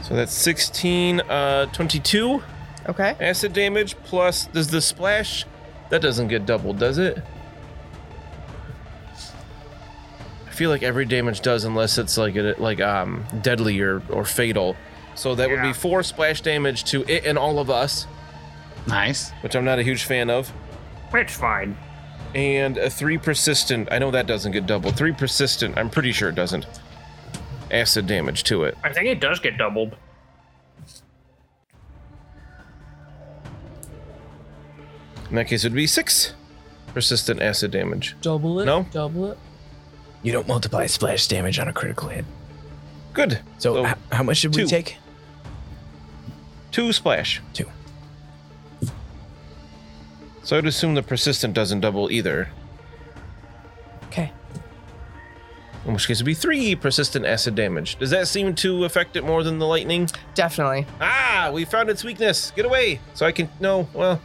Speaker 5: So that's 16, uh, 22
Speaker 1: Okay.
Speaker 5: acid damage plus. Does the splash? That doesn't get doubled, does it? I feel like every damage does, unless it's like a, like um deadly or or fatal. So that would
Speaker 4: Yeah.
Speaker 5: be four splash damage to it and all of us,
Speaker 2: Nice.
Speaker 5: which I'm not a huge fan of,
Speaker 4: It's fine.
Speaker 5: and a three persistent. I know that doesn't get doubled. Three persistent. I'm pretty sure it doesn't. Acid damage to it.
Speaker 4: I think it does get doubled.
Speaker 5: In that case, it would be six persistent acid damage.
Speaker 1: Double it.
Speaker 5: No?
Speaker 1: Double it.
Speaker 6: You don't multiply splash damage on a critical hit.
Speaker 5: Good.
Speaker 6: So,
Speaker 5: So-
Speaker 6: h- how much did we
Speaker 5: two.
Speaker 6: take?
Speaker 5: Two splash.
Speaker 6: Two.
Speaker 5: So I'd assume the persistent doesn't double either.
Speaker 1: Okay.
Speaker 5: I'm which case it would be three persistent acid damage. Does that seem to affect it more than the lightning?
Speaker 1: Definitely.
Speaker 5: Ah, we found its weakness. Get away, so I can. No, well,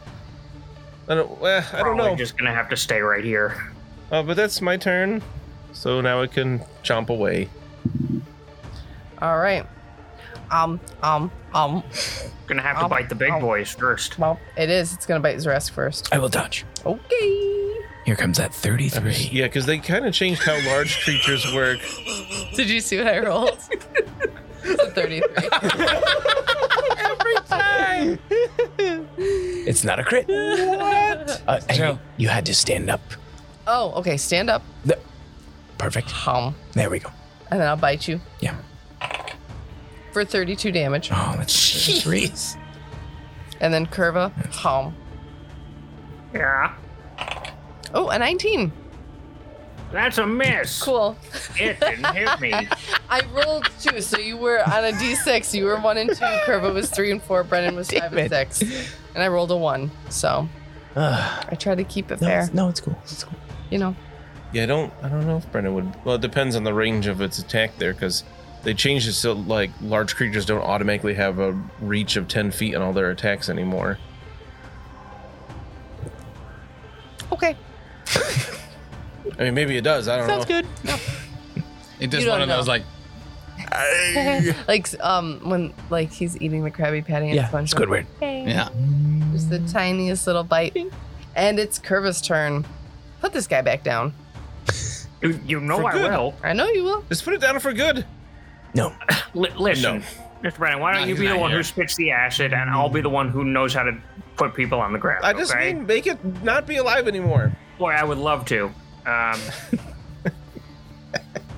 Speaker 5: I don't. Well, I don't
Speaker 4: Probably
Speaker 5: know.
Speaker 4: Just gonna have to stay right here.
Speaker 5: Uh, but that's my turn. So now I can chomp away.
Speaker 1: All right. Um, um, um.
Speaker 4: Gonna have to
Speaker 1: Ow.
Speaker 4: bite the big
Speaker 1: Ow.
Speaker 4: boys first.
Speaker 1: Well, it is. It's gonna bite Zresk first.
Speaker 6: I will dodge.
Speaker 1: Okay.
Speaker 6: Here comes that 33.
Speaker 5: Yeah, because they kind of changed how large creatures work.
Speaker 1: Did you see what I rolled? it's a 33.
Speaker 6: It's not a crit. what? Uh, and
Speaker 2: Joe.
Speaker 6: you, you had to stand up.
Speaker 1: Oh, okay. Stand up.
Speaker 6: Perfect.
Speaker 1: Hum.
Speaker 6: There we go.
Speaker 1: And then I'll bite you
Speaker 6: Yeah.
Speaker 1: for 32 damage.
Speaker 6: Oh, that's three.
Speaker 1: And then Curva. Hum.
Speaker 4: Yeah,
Speaker 1: Oh, a 19.
Speaker 4: that's a miss.
Speaker 1: Cool.
Speaker 4: It didn't hit me.
Speaker 1: I rolled two, so you were on a d6. You were one and two. Curva was three and four. Brennan was five and six. And I rolled a one. So
Speaker 6: Uh,
Speaker 1: I try to keep it
Speaker 6: no,
Speaker 1: fair.
Speaker 6: it's, no, it's cool. It's cool.
Speaker 1: You know,
Speaker 5: Yeah, I don't. I don't know if Brennan would. Well, it depends on the range of its attack there, because they changed it so like large creatures don't automatically have a reach of ten feet on all their attacks anymore.
Speaker 1: okay.
Speaker 5: I mean, maybe it does. I don't know.
Speaker 1: good.
Speaker 2: It does
Speaker 1: You
Speaker 2: one
Speaker 1: don't
Speaker 2: of those
Speaker 1: know.
Speaker 2: like
Speaker 1: like um when like he's eating the Krabby Patty and
Speaker 6: Yeah,
Speaker 1: SpongeBob.
Speaker 6: Squidward.
Speaker 2: yeah.
Speaker 1: Just the tiniest little bite. And it's Curva's turn. Put this guy back down.
Speaker 4: You, you know
Speaker 5: For
Speaker 4: I
Speaker 5: good.
Speaker 4: will.
Speaker 1: I know you will.
Speaker 5: Just put it down for good.
Speaker 6: No.
Speaker 4: Li- listen, Mr. Brennan, why don't
Speaker 2: No,
Speaker 4: you
Speaker 2: he's
Speaker 4: be the
Speaker 2: not
Speaker 4: one
Speaker 2: here.
Speaker 4: who spits the acid, and I'll be the one who knows how to put people on the ground.
Speaker 5: I just
Speaker 4: okay?
Speaker 5: mean make it not be alive anymore.
Speaker 4: boy, I would love to. Um,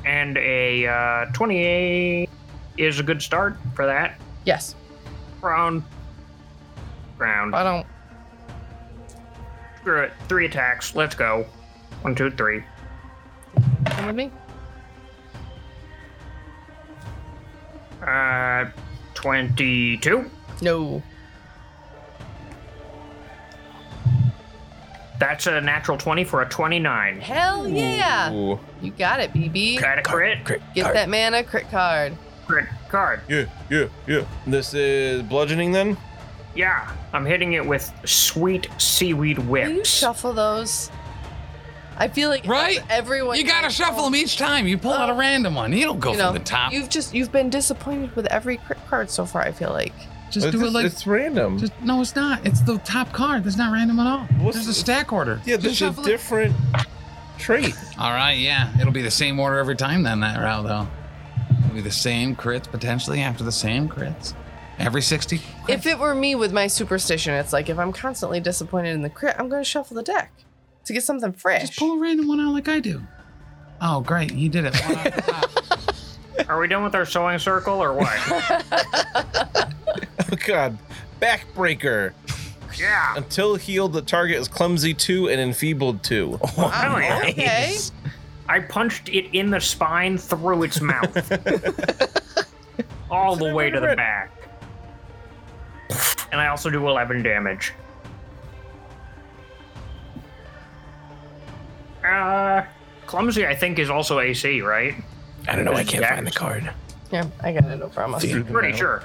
Speaker 4: and a uh, twenty-eight is a good start for that
Speaker 1: Yes.
Speaker 4: round. Round.
Speaker 1: I don't.
Speaker 4: Screw it. Three attacks. Let's go. One, two, three.
Speaker 1: Come with me.
Speaker 4: Uh, 22.
Speaker 1: No.
Speaker 4: That's a natural 20 for a 29.
Speaker 1: Hell yeah.
Speaker 5: Ooh.
Speaker 1: You got it, BB.
Speaker 4: Got a crit.
Speaker 6: Crit.
Speaker 1: Get
Speaker 6: card.
Speaker 1: that mana crit card.
Speaker 4: Crit card.
Speaker 5: Yeah, yeah, yeah. This is bludgeoning then.
Speaker 4: Yeah, I'm hitting it with sweet seaweed
Speaker 1: Can you
Speaker 4: whips.
Speaker 1: shuffle those? I feel like
Speaker 2: Right?
Speaker 1: everyone.
Speaker 2: You gotta shuffle them each time. You pull out a random one. You don't go
Speaker 1: Oh. You know,
Speaker 2: from the top.
Speaker 1: you've just you've been disappointed with every crit card so far. I feel like.
Speaker 2: Just
Speaker 5: it's,
Speaker 2: do it like
Speaker 5: it's random.
Speaker 2: just no, it's not. It's the top card. That's not random at all.
Speaker 5: What's
Speaker 2: There's a
Speaker 5: the-
Speaker 2: stack order.
Speaker 5: yeah,
Speaker 2: Just
Speaker 5: this is a
Speaker 2: shuffle it.
Speaker 5: different trait.
Speaker 2: All right, yeah. It'll be the same order every time then that route though. It'll be the same crits potentially after the same crits. Every 60.
Speaker 1: If it were me with my superstition, it's like if I'm constantly disappointed in the crit, I'm going to shuffle the deck to get something fresh.
Speaker 2: Just pull a random one out like I do. Oh, great. He did it. One out the top.
Speaker 4: Are we done with our sewing circle or what?
Speaker 5: Oh God, backbreaker.
Speaker 4: yeah.
Speaker 5: Until healed, the target is clumsy two and enfeebled two.
Speaker 4: Oh, yeah.
Speaker 1: okay.
Speaker 4: I punched it in the spine through its mouth. All the way to the back. And I also do 11 damage. Uh, clumsy, I think, is also AC, right?
Speaker 6: I don't know. I
Speaker 4: Is
Speaker 6: can't
Speaker 4: that-
Speaker 6: find the card.
Speaker 1: Yeah, I got it. No problem.
Speaker 4: Pretty sure.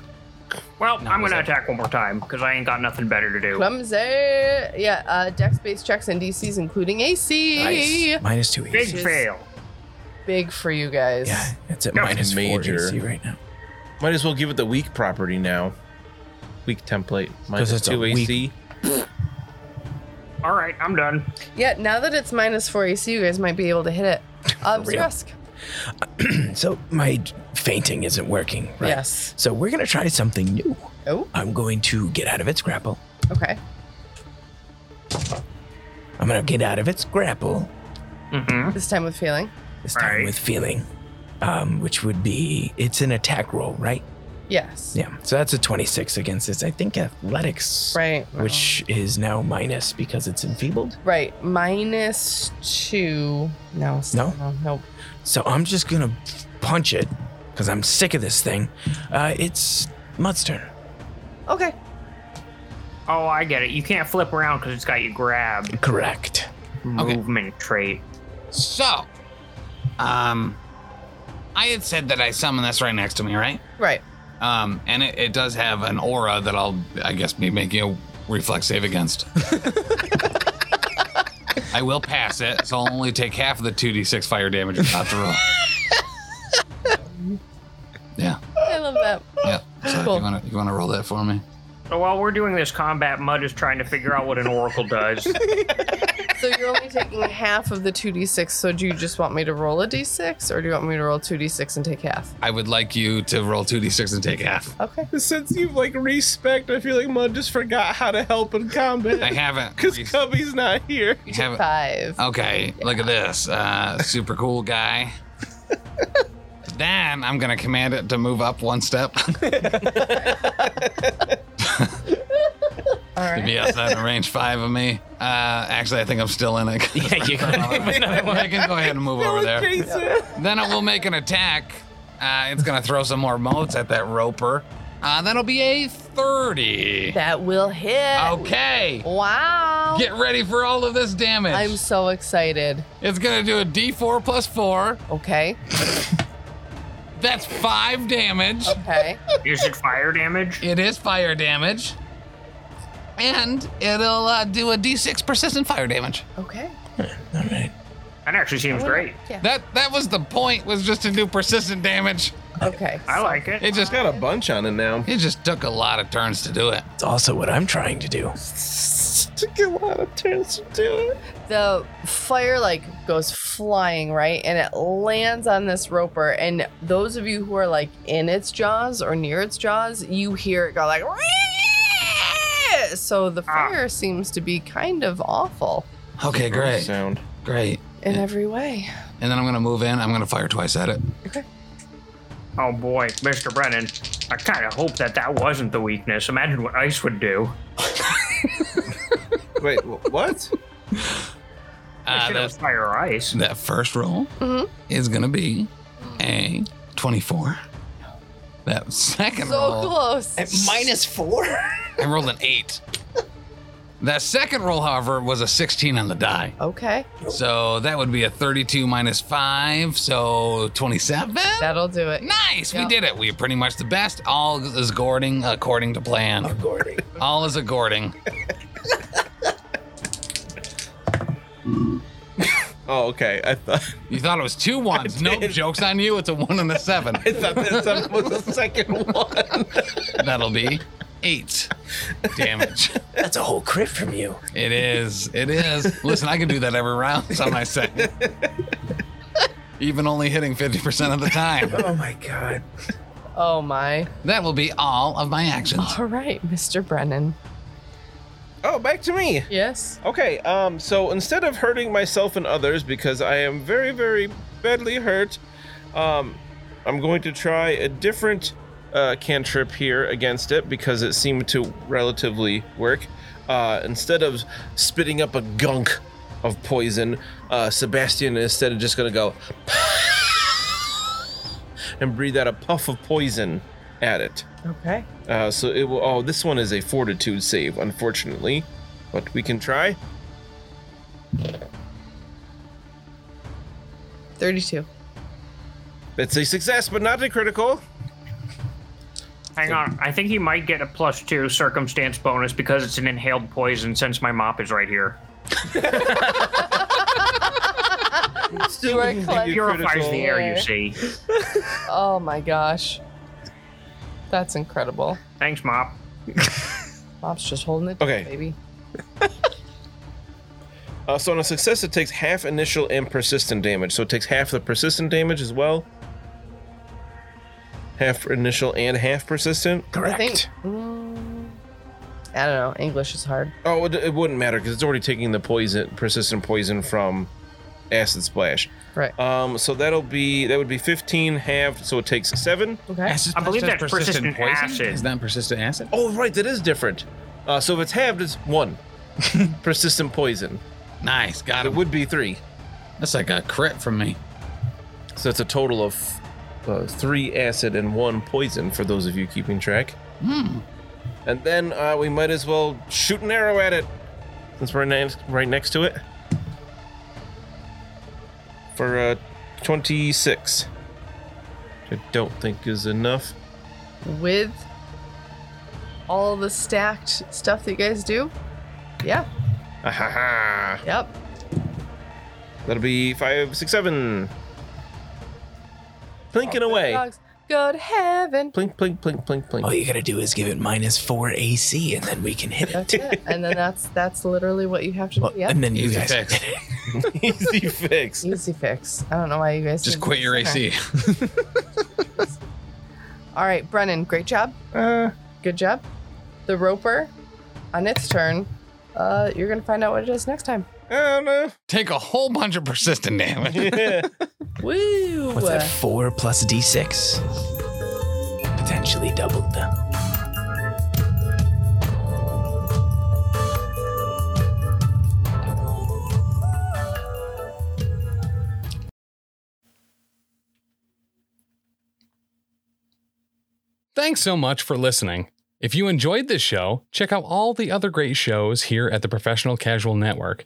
Speaker 4: Well, I'm
Speaker 2: was
Speaker 4: gonna
Speaker 2: it-
Speaker 4: attack one more time because I ain't got nothing better to do.
Speaker 1: Clumsy. Yeah. Uh, dex based checks and DCs, including AC.
Speaker 6: Nice. Minus two
Speaker 4: Big
Speaker 6: AC.
Speaker 1: Jesus.
Speaker 4: fail.
Speaker 1: Big for you guys.
Speaker 6: Yeah, it's at
Speaker 4: No.
Speaker 6: minus
Speaker 5: Major.
Speaker 6: four AC right now.
Speaker 5: Might as well give it the weak property now. Weak template.
Speaker 6: 'Cause
Speaker 5: Minus
Speaker 6: it's a
Speaker 5: two AC.
Speaker 4: All right, I'm done.
Speaker 1: Yeah, Now that it's minus four AC, you guys might be able to hit it. Um,
Speaker 6: real.
Speaker 1: Zresk.
Speaker 6: So my fainting isn't working, right?
Speaker 1: Yes.
Speaker 6: So we're gonna try something new.
Speaker 1: Oh.
Speaker 6: I'm going to get out of its grapple.
Speaker 1: Okay.
Speaker 6: I'm gonna get out of its grapple
Speaker 4: Mm-hmm.
Speaker 1: This time with feeling.
Speaker 6: this time
Speaker 4: Right.
Speaker 6: with feeling, um, which would be it's an attack roll, right?
Speaker 1: Yes.
Speaker 6: Yeah. So that's a 26 against this. I think athletics,
Speaker 1: Right.
Speaker 6: which is now minus because it's enfeebled.
Speaker 1: Right. Minus two. No. still No. Nope.
Speaker 6: So I'm just gonna punch it because I'm sick of this thing. Uh, it's Mutt's turn.
Speaker 1: Okay.
Speaker 4: Oh, I get it. You can't flip around because it's got you grabbed.
Speaker 6: Correct.
Speaker 2: Okay.
Speaker 4: Movement trait.
Speaker 2: So, um, I had said that I summon this right next to me, right?
Speaker 1: Right.
Speaker 2: Um, and it, it does have an aura that I'll, I guess, be making a reflex save against. I will pass it, so I'll only take half of the 2d6 fire damage after all. Yeah,
Speaker 1: I love that.
Speaker 2: yeah. So
Speaker 1: Cool.
Speaker 2: you want to you want to roll that for me?
Speaker 4: So while we're doing this combat, Mud is trying to figure out what an oracle does.
Speaker 1: So you're only taking half of the 2d6. So do you just want me to roll a d6 or do you want me to roll 2d6 and take half?
Speaker 2: I would like you to roll 2d6 and take half.
Speaker 1: Okay.
Speaker 5: Since you've like respect, I feel like Mud just forgot how to help in
Speaker 2: I
Speaker 5: combat
Speaker 2: haven't.
Speaker 5: because
Speaker 2: re-
Speaker 5: Cubby's not here.
Speaker 2: you haven't
Speaker 1: Five.
Speaker 2: Oh. Okay, look at this. Uh, super cool guy. then I'm gonna command it to move up one step.
Speaker 1: All
Speaker 2: to
Speaker 1: right.
Speaker 2: be outside of range five of me. Uh, actually, I think I'm still in it.
Speaker 7: Yeah, you can.
Speaker 2: I can go ahead and move over there.
Speaker 5: Jason.
Speaker 2: Then it will make an attack. Uh, it's gonna throw some more motes at that roper. Uh, that'll be a 30.
Speaker 1: That will hit.
Speaker 2: Oh, Okay.
Speaker 1: Wow.
Speaker 2: Get ready for all of this damage.
Speaker 1: I'm so excited.
Speaker 2: It's gonna do a D4 plus four.
Speaker 1: Okay.
Speaker 2: That's five damage.
Speaker 1: Okay.
Speaker 4: Is it fire damage?
Speaker 2: It is fire damage. And it'll uh, do a D6 persistent fire damage.
Speaker 1: Okay.
Speaker 6: All right.
Speaker 4: That actually seems great.
Speaker 2: That that was the point was just to do persistent damage.
Speaker 1: Okay.
Speaker 4: I like it.
Speaker 2: It just
Speaker 5: Got a bunch on it now.
Speaker 2: it just took a lot of turns to do it.
Speaker 6: It's also what I'm trying to do.
Speaker 5: Took a lot of turns to do it.
Speaker 1: the fire like goes flying right and it lands on this roper and those of you who are like in its jaws or near its jaws you hear it go like "Whee!" so the fire seems to be kind of awful
Speaker 2: Okay, great.
Speaker 5: Sound.
Speaker 2: Great.
Speaker 1: in every way
Speaker 2: And then I'm gonna move in. I'm gonna fire twice at it.
Speaker 4: Oh boy, Mr. Brennan, I kind of hope that that wasn't the weakness. Imagine what ice would do.
Speaker 5: Wait, wh- what?
Speaker 4: I
Speaker 2: Uh,
Speaker 4: should have
Speaker 2: that,
Speaker 4: fire or ice.
Speaker 2: that first roll
Speaker 1: Mhm.
Speaker 2: is gonna be a 24. That second
Speaker 1: so
Speaker 2: roll,
Speaker 1: close
Speaker 8: minus four?
Speaker 2: I rolled an eight. That second roll, however, was a 16 on the die.
Speaker 1: okay
Speaker 2: So that would be a 32 minus 5, so 27.
Speaker 1: that'll do it
Speaker 2: Nice,
Speaker 1: Yeah.
Speaker 2: we did it. We are pretty much the best. All is gourding according to plan.
Speaker 6: Gordon.
Speaker 2: All is a gourding.
Speaker 5: Oh, okay. I thought
Speaker 2: You thought it was two ones. Nope, joke's on you. It's a one and a seven.
Speaker 5: I thought that was the second one.
Speaker 2: That'll be eight damage.
Speaker 6: That's a whole crit from you.
Speaker 2: It is. It is. Listen, I can do that every round. It's on my second. Even only hitting 50% of the time.
Speaker 6: Oh my god.
Speaker 1: oh my
Speaker 2: That will be all of my actions.
Speaker 1: all right mr brennan
Speaker 5: Oh, back to me.
Speaker 1: yes
Speaker 5: Okay, um, so instead of hurting myself and others because I am very, very badly hurt, um, I'm going to try a different uh, cantrip here against it because it seemed to relatively work. Uh, instead of spitting up a gunk of poison, uh, Sebastian is instead of just going to go and breathe out a puff of poison at it.
Speaker 1: okay
Speaker 5: Uh, so it will. Oh, this one is a fortitude save, unfortunately, but we can try.
Speaker 1: 32
Speaker 5: It's a success, but not a critical.
Speaker 4: Hang on, I think he might get a plus two circumstance bonus because it's an inhaled poison since my mop is right here.
Speaker 5: Still
Speaker 1: You are
Speaker 5: wouldn't give
Speaker 1: clever.
Speaker 5: you
Speaker 4: Purifies
Speaker 5: critical.
Speaker 4: the air, you see.
Speaker 1: oh my gosh that's incredible
Speaker 4: Thanks, mop.
Speaker 1: Bob's just holding it down,
Speaker 5: Okay.
Speaker 1: baby
Speaker 5: Uh, so on a success, it takes half initial and persistent damage. So it takes half the persistent damage as well. Half initial and half persistent.
Speaker 1: I think.
Speaker 6: Correct.
Speaker 1: Mm, I don't know. English is hard.
Speaker 5: Oh, it, it wouldn't matter because it's already taking the poison, persistent poison from acid splash.
Speaker 1: Right.
Speaker 5: Um, so that'll be that would be 15 halved, so it takes seven.
Speaker 1: Okay.
Speaker 4: I believe that's persistent acid.
Speaker 7: Is that persistent acid?
Speaker 5: Oh, right, that is different. Uh, so if it's halved, it's one. persistent poison.
Speaker 2: Nice, got
Speaker 5: It
Speaker 2: it.
Speaker 5: would be three.
Speaker 2: That's like a crit from me.
Speaker 5: So it's a total of uh, three acid and one poison for those of you keeping track. And then uh, we might as well shoot an arrow at it since we're next, right next to it. For uh, 26. I don't think is enough.
Speaker 1: with all the stacked stuff that you guys do. Yeah.
Speaker 5: Ah, ha, ha.
Speaker 1: Yep.
Speaker 5: That'll be five, six, seven. Plinking away.
Speaker 1: Dogs go to heaven.
Speaker 5: Plink, plink, plink, plink,
Speaker 6: All
Speaker 5: plink.
Speaker 6: you gotta do is give it minus four AC, and then we can hit it.
Speaker 1: That's it. and then that's that's literally what you have to do.
Speaker 6: Well,
Speaker 1: Yep.
Speaker 6: And then you
Speaker 2: Easy
Speaker 6: guys
Speaker 2: fix.
Speaker 6: hit it.
Speaker 5: Easy fix.
Speaker 1: Easy fix. I don't know why you guys
Speaker 2: Just
Speaker 1: didn't
Speaker 2: quit
Speaker 1: do
Speaker 2: your
Speaker 1: this sooner.
Speaker 2: AC.
Speaker 1: All right, Brennan. Great job.
Speaker 5: Uh,
Speaker 1: Good job. The roper, on its turn. Uh, you're gonna find out what it is next time.
Speaker 5: I don't know.
Speaker 2: Take a whole bunch of persistent damage.
Speaker 5: Yeah.
Speaker 1: Woo!
Speaker 6: What's that? Four plus D6? Potentially doubled.
Speaker 3: Thanks so much for listening. If you enjoyed this show, check out all the other great shows here at the Professional Casual Network.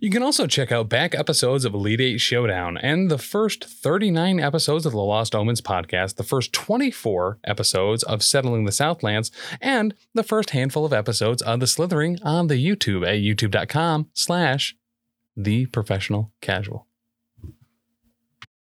Speaker 3: You can also check out back episodes of Elite Eight Showdown and the first 39 episodes of the Lost Omens podcast, the first 24 episodes of Settling the Southlands, and the first handful of episodes of The Slithering on the YouTube at youtube.com slash the professional casual.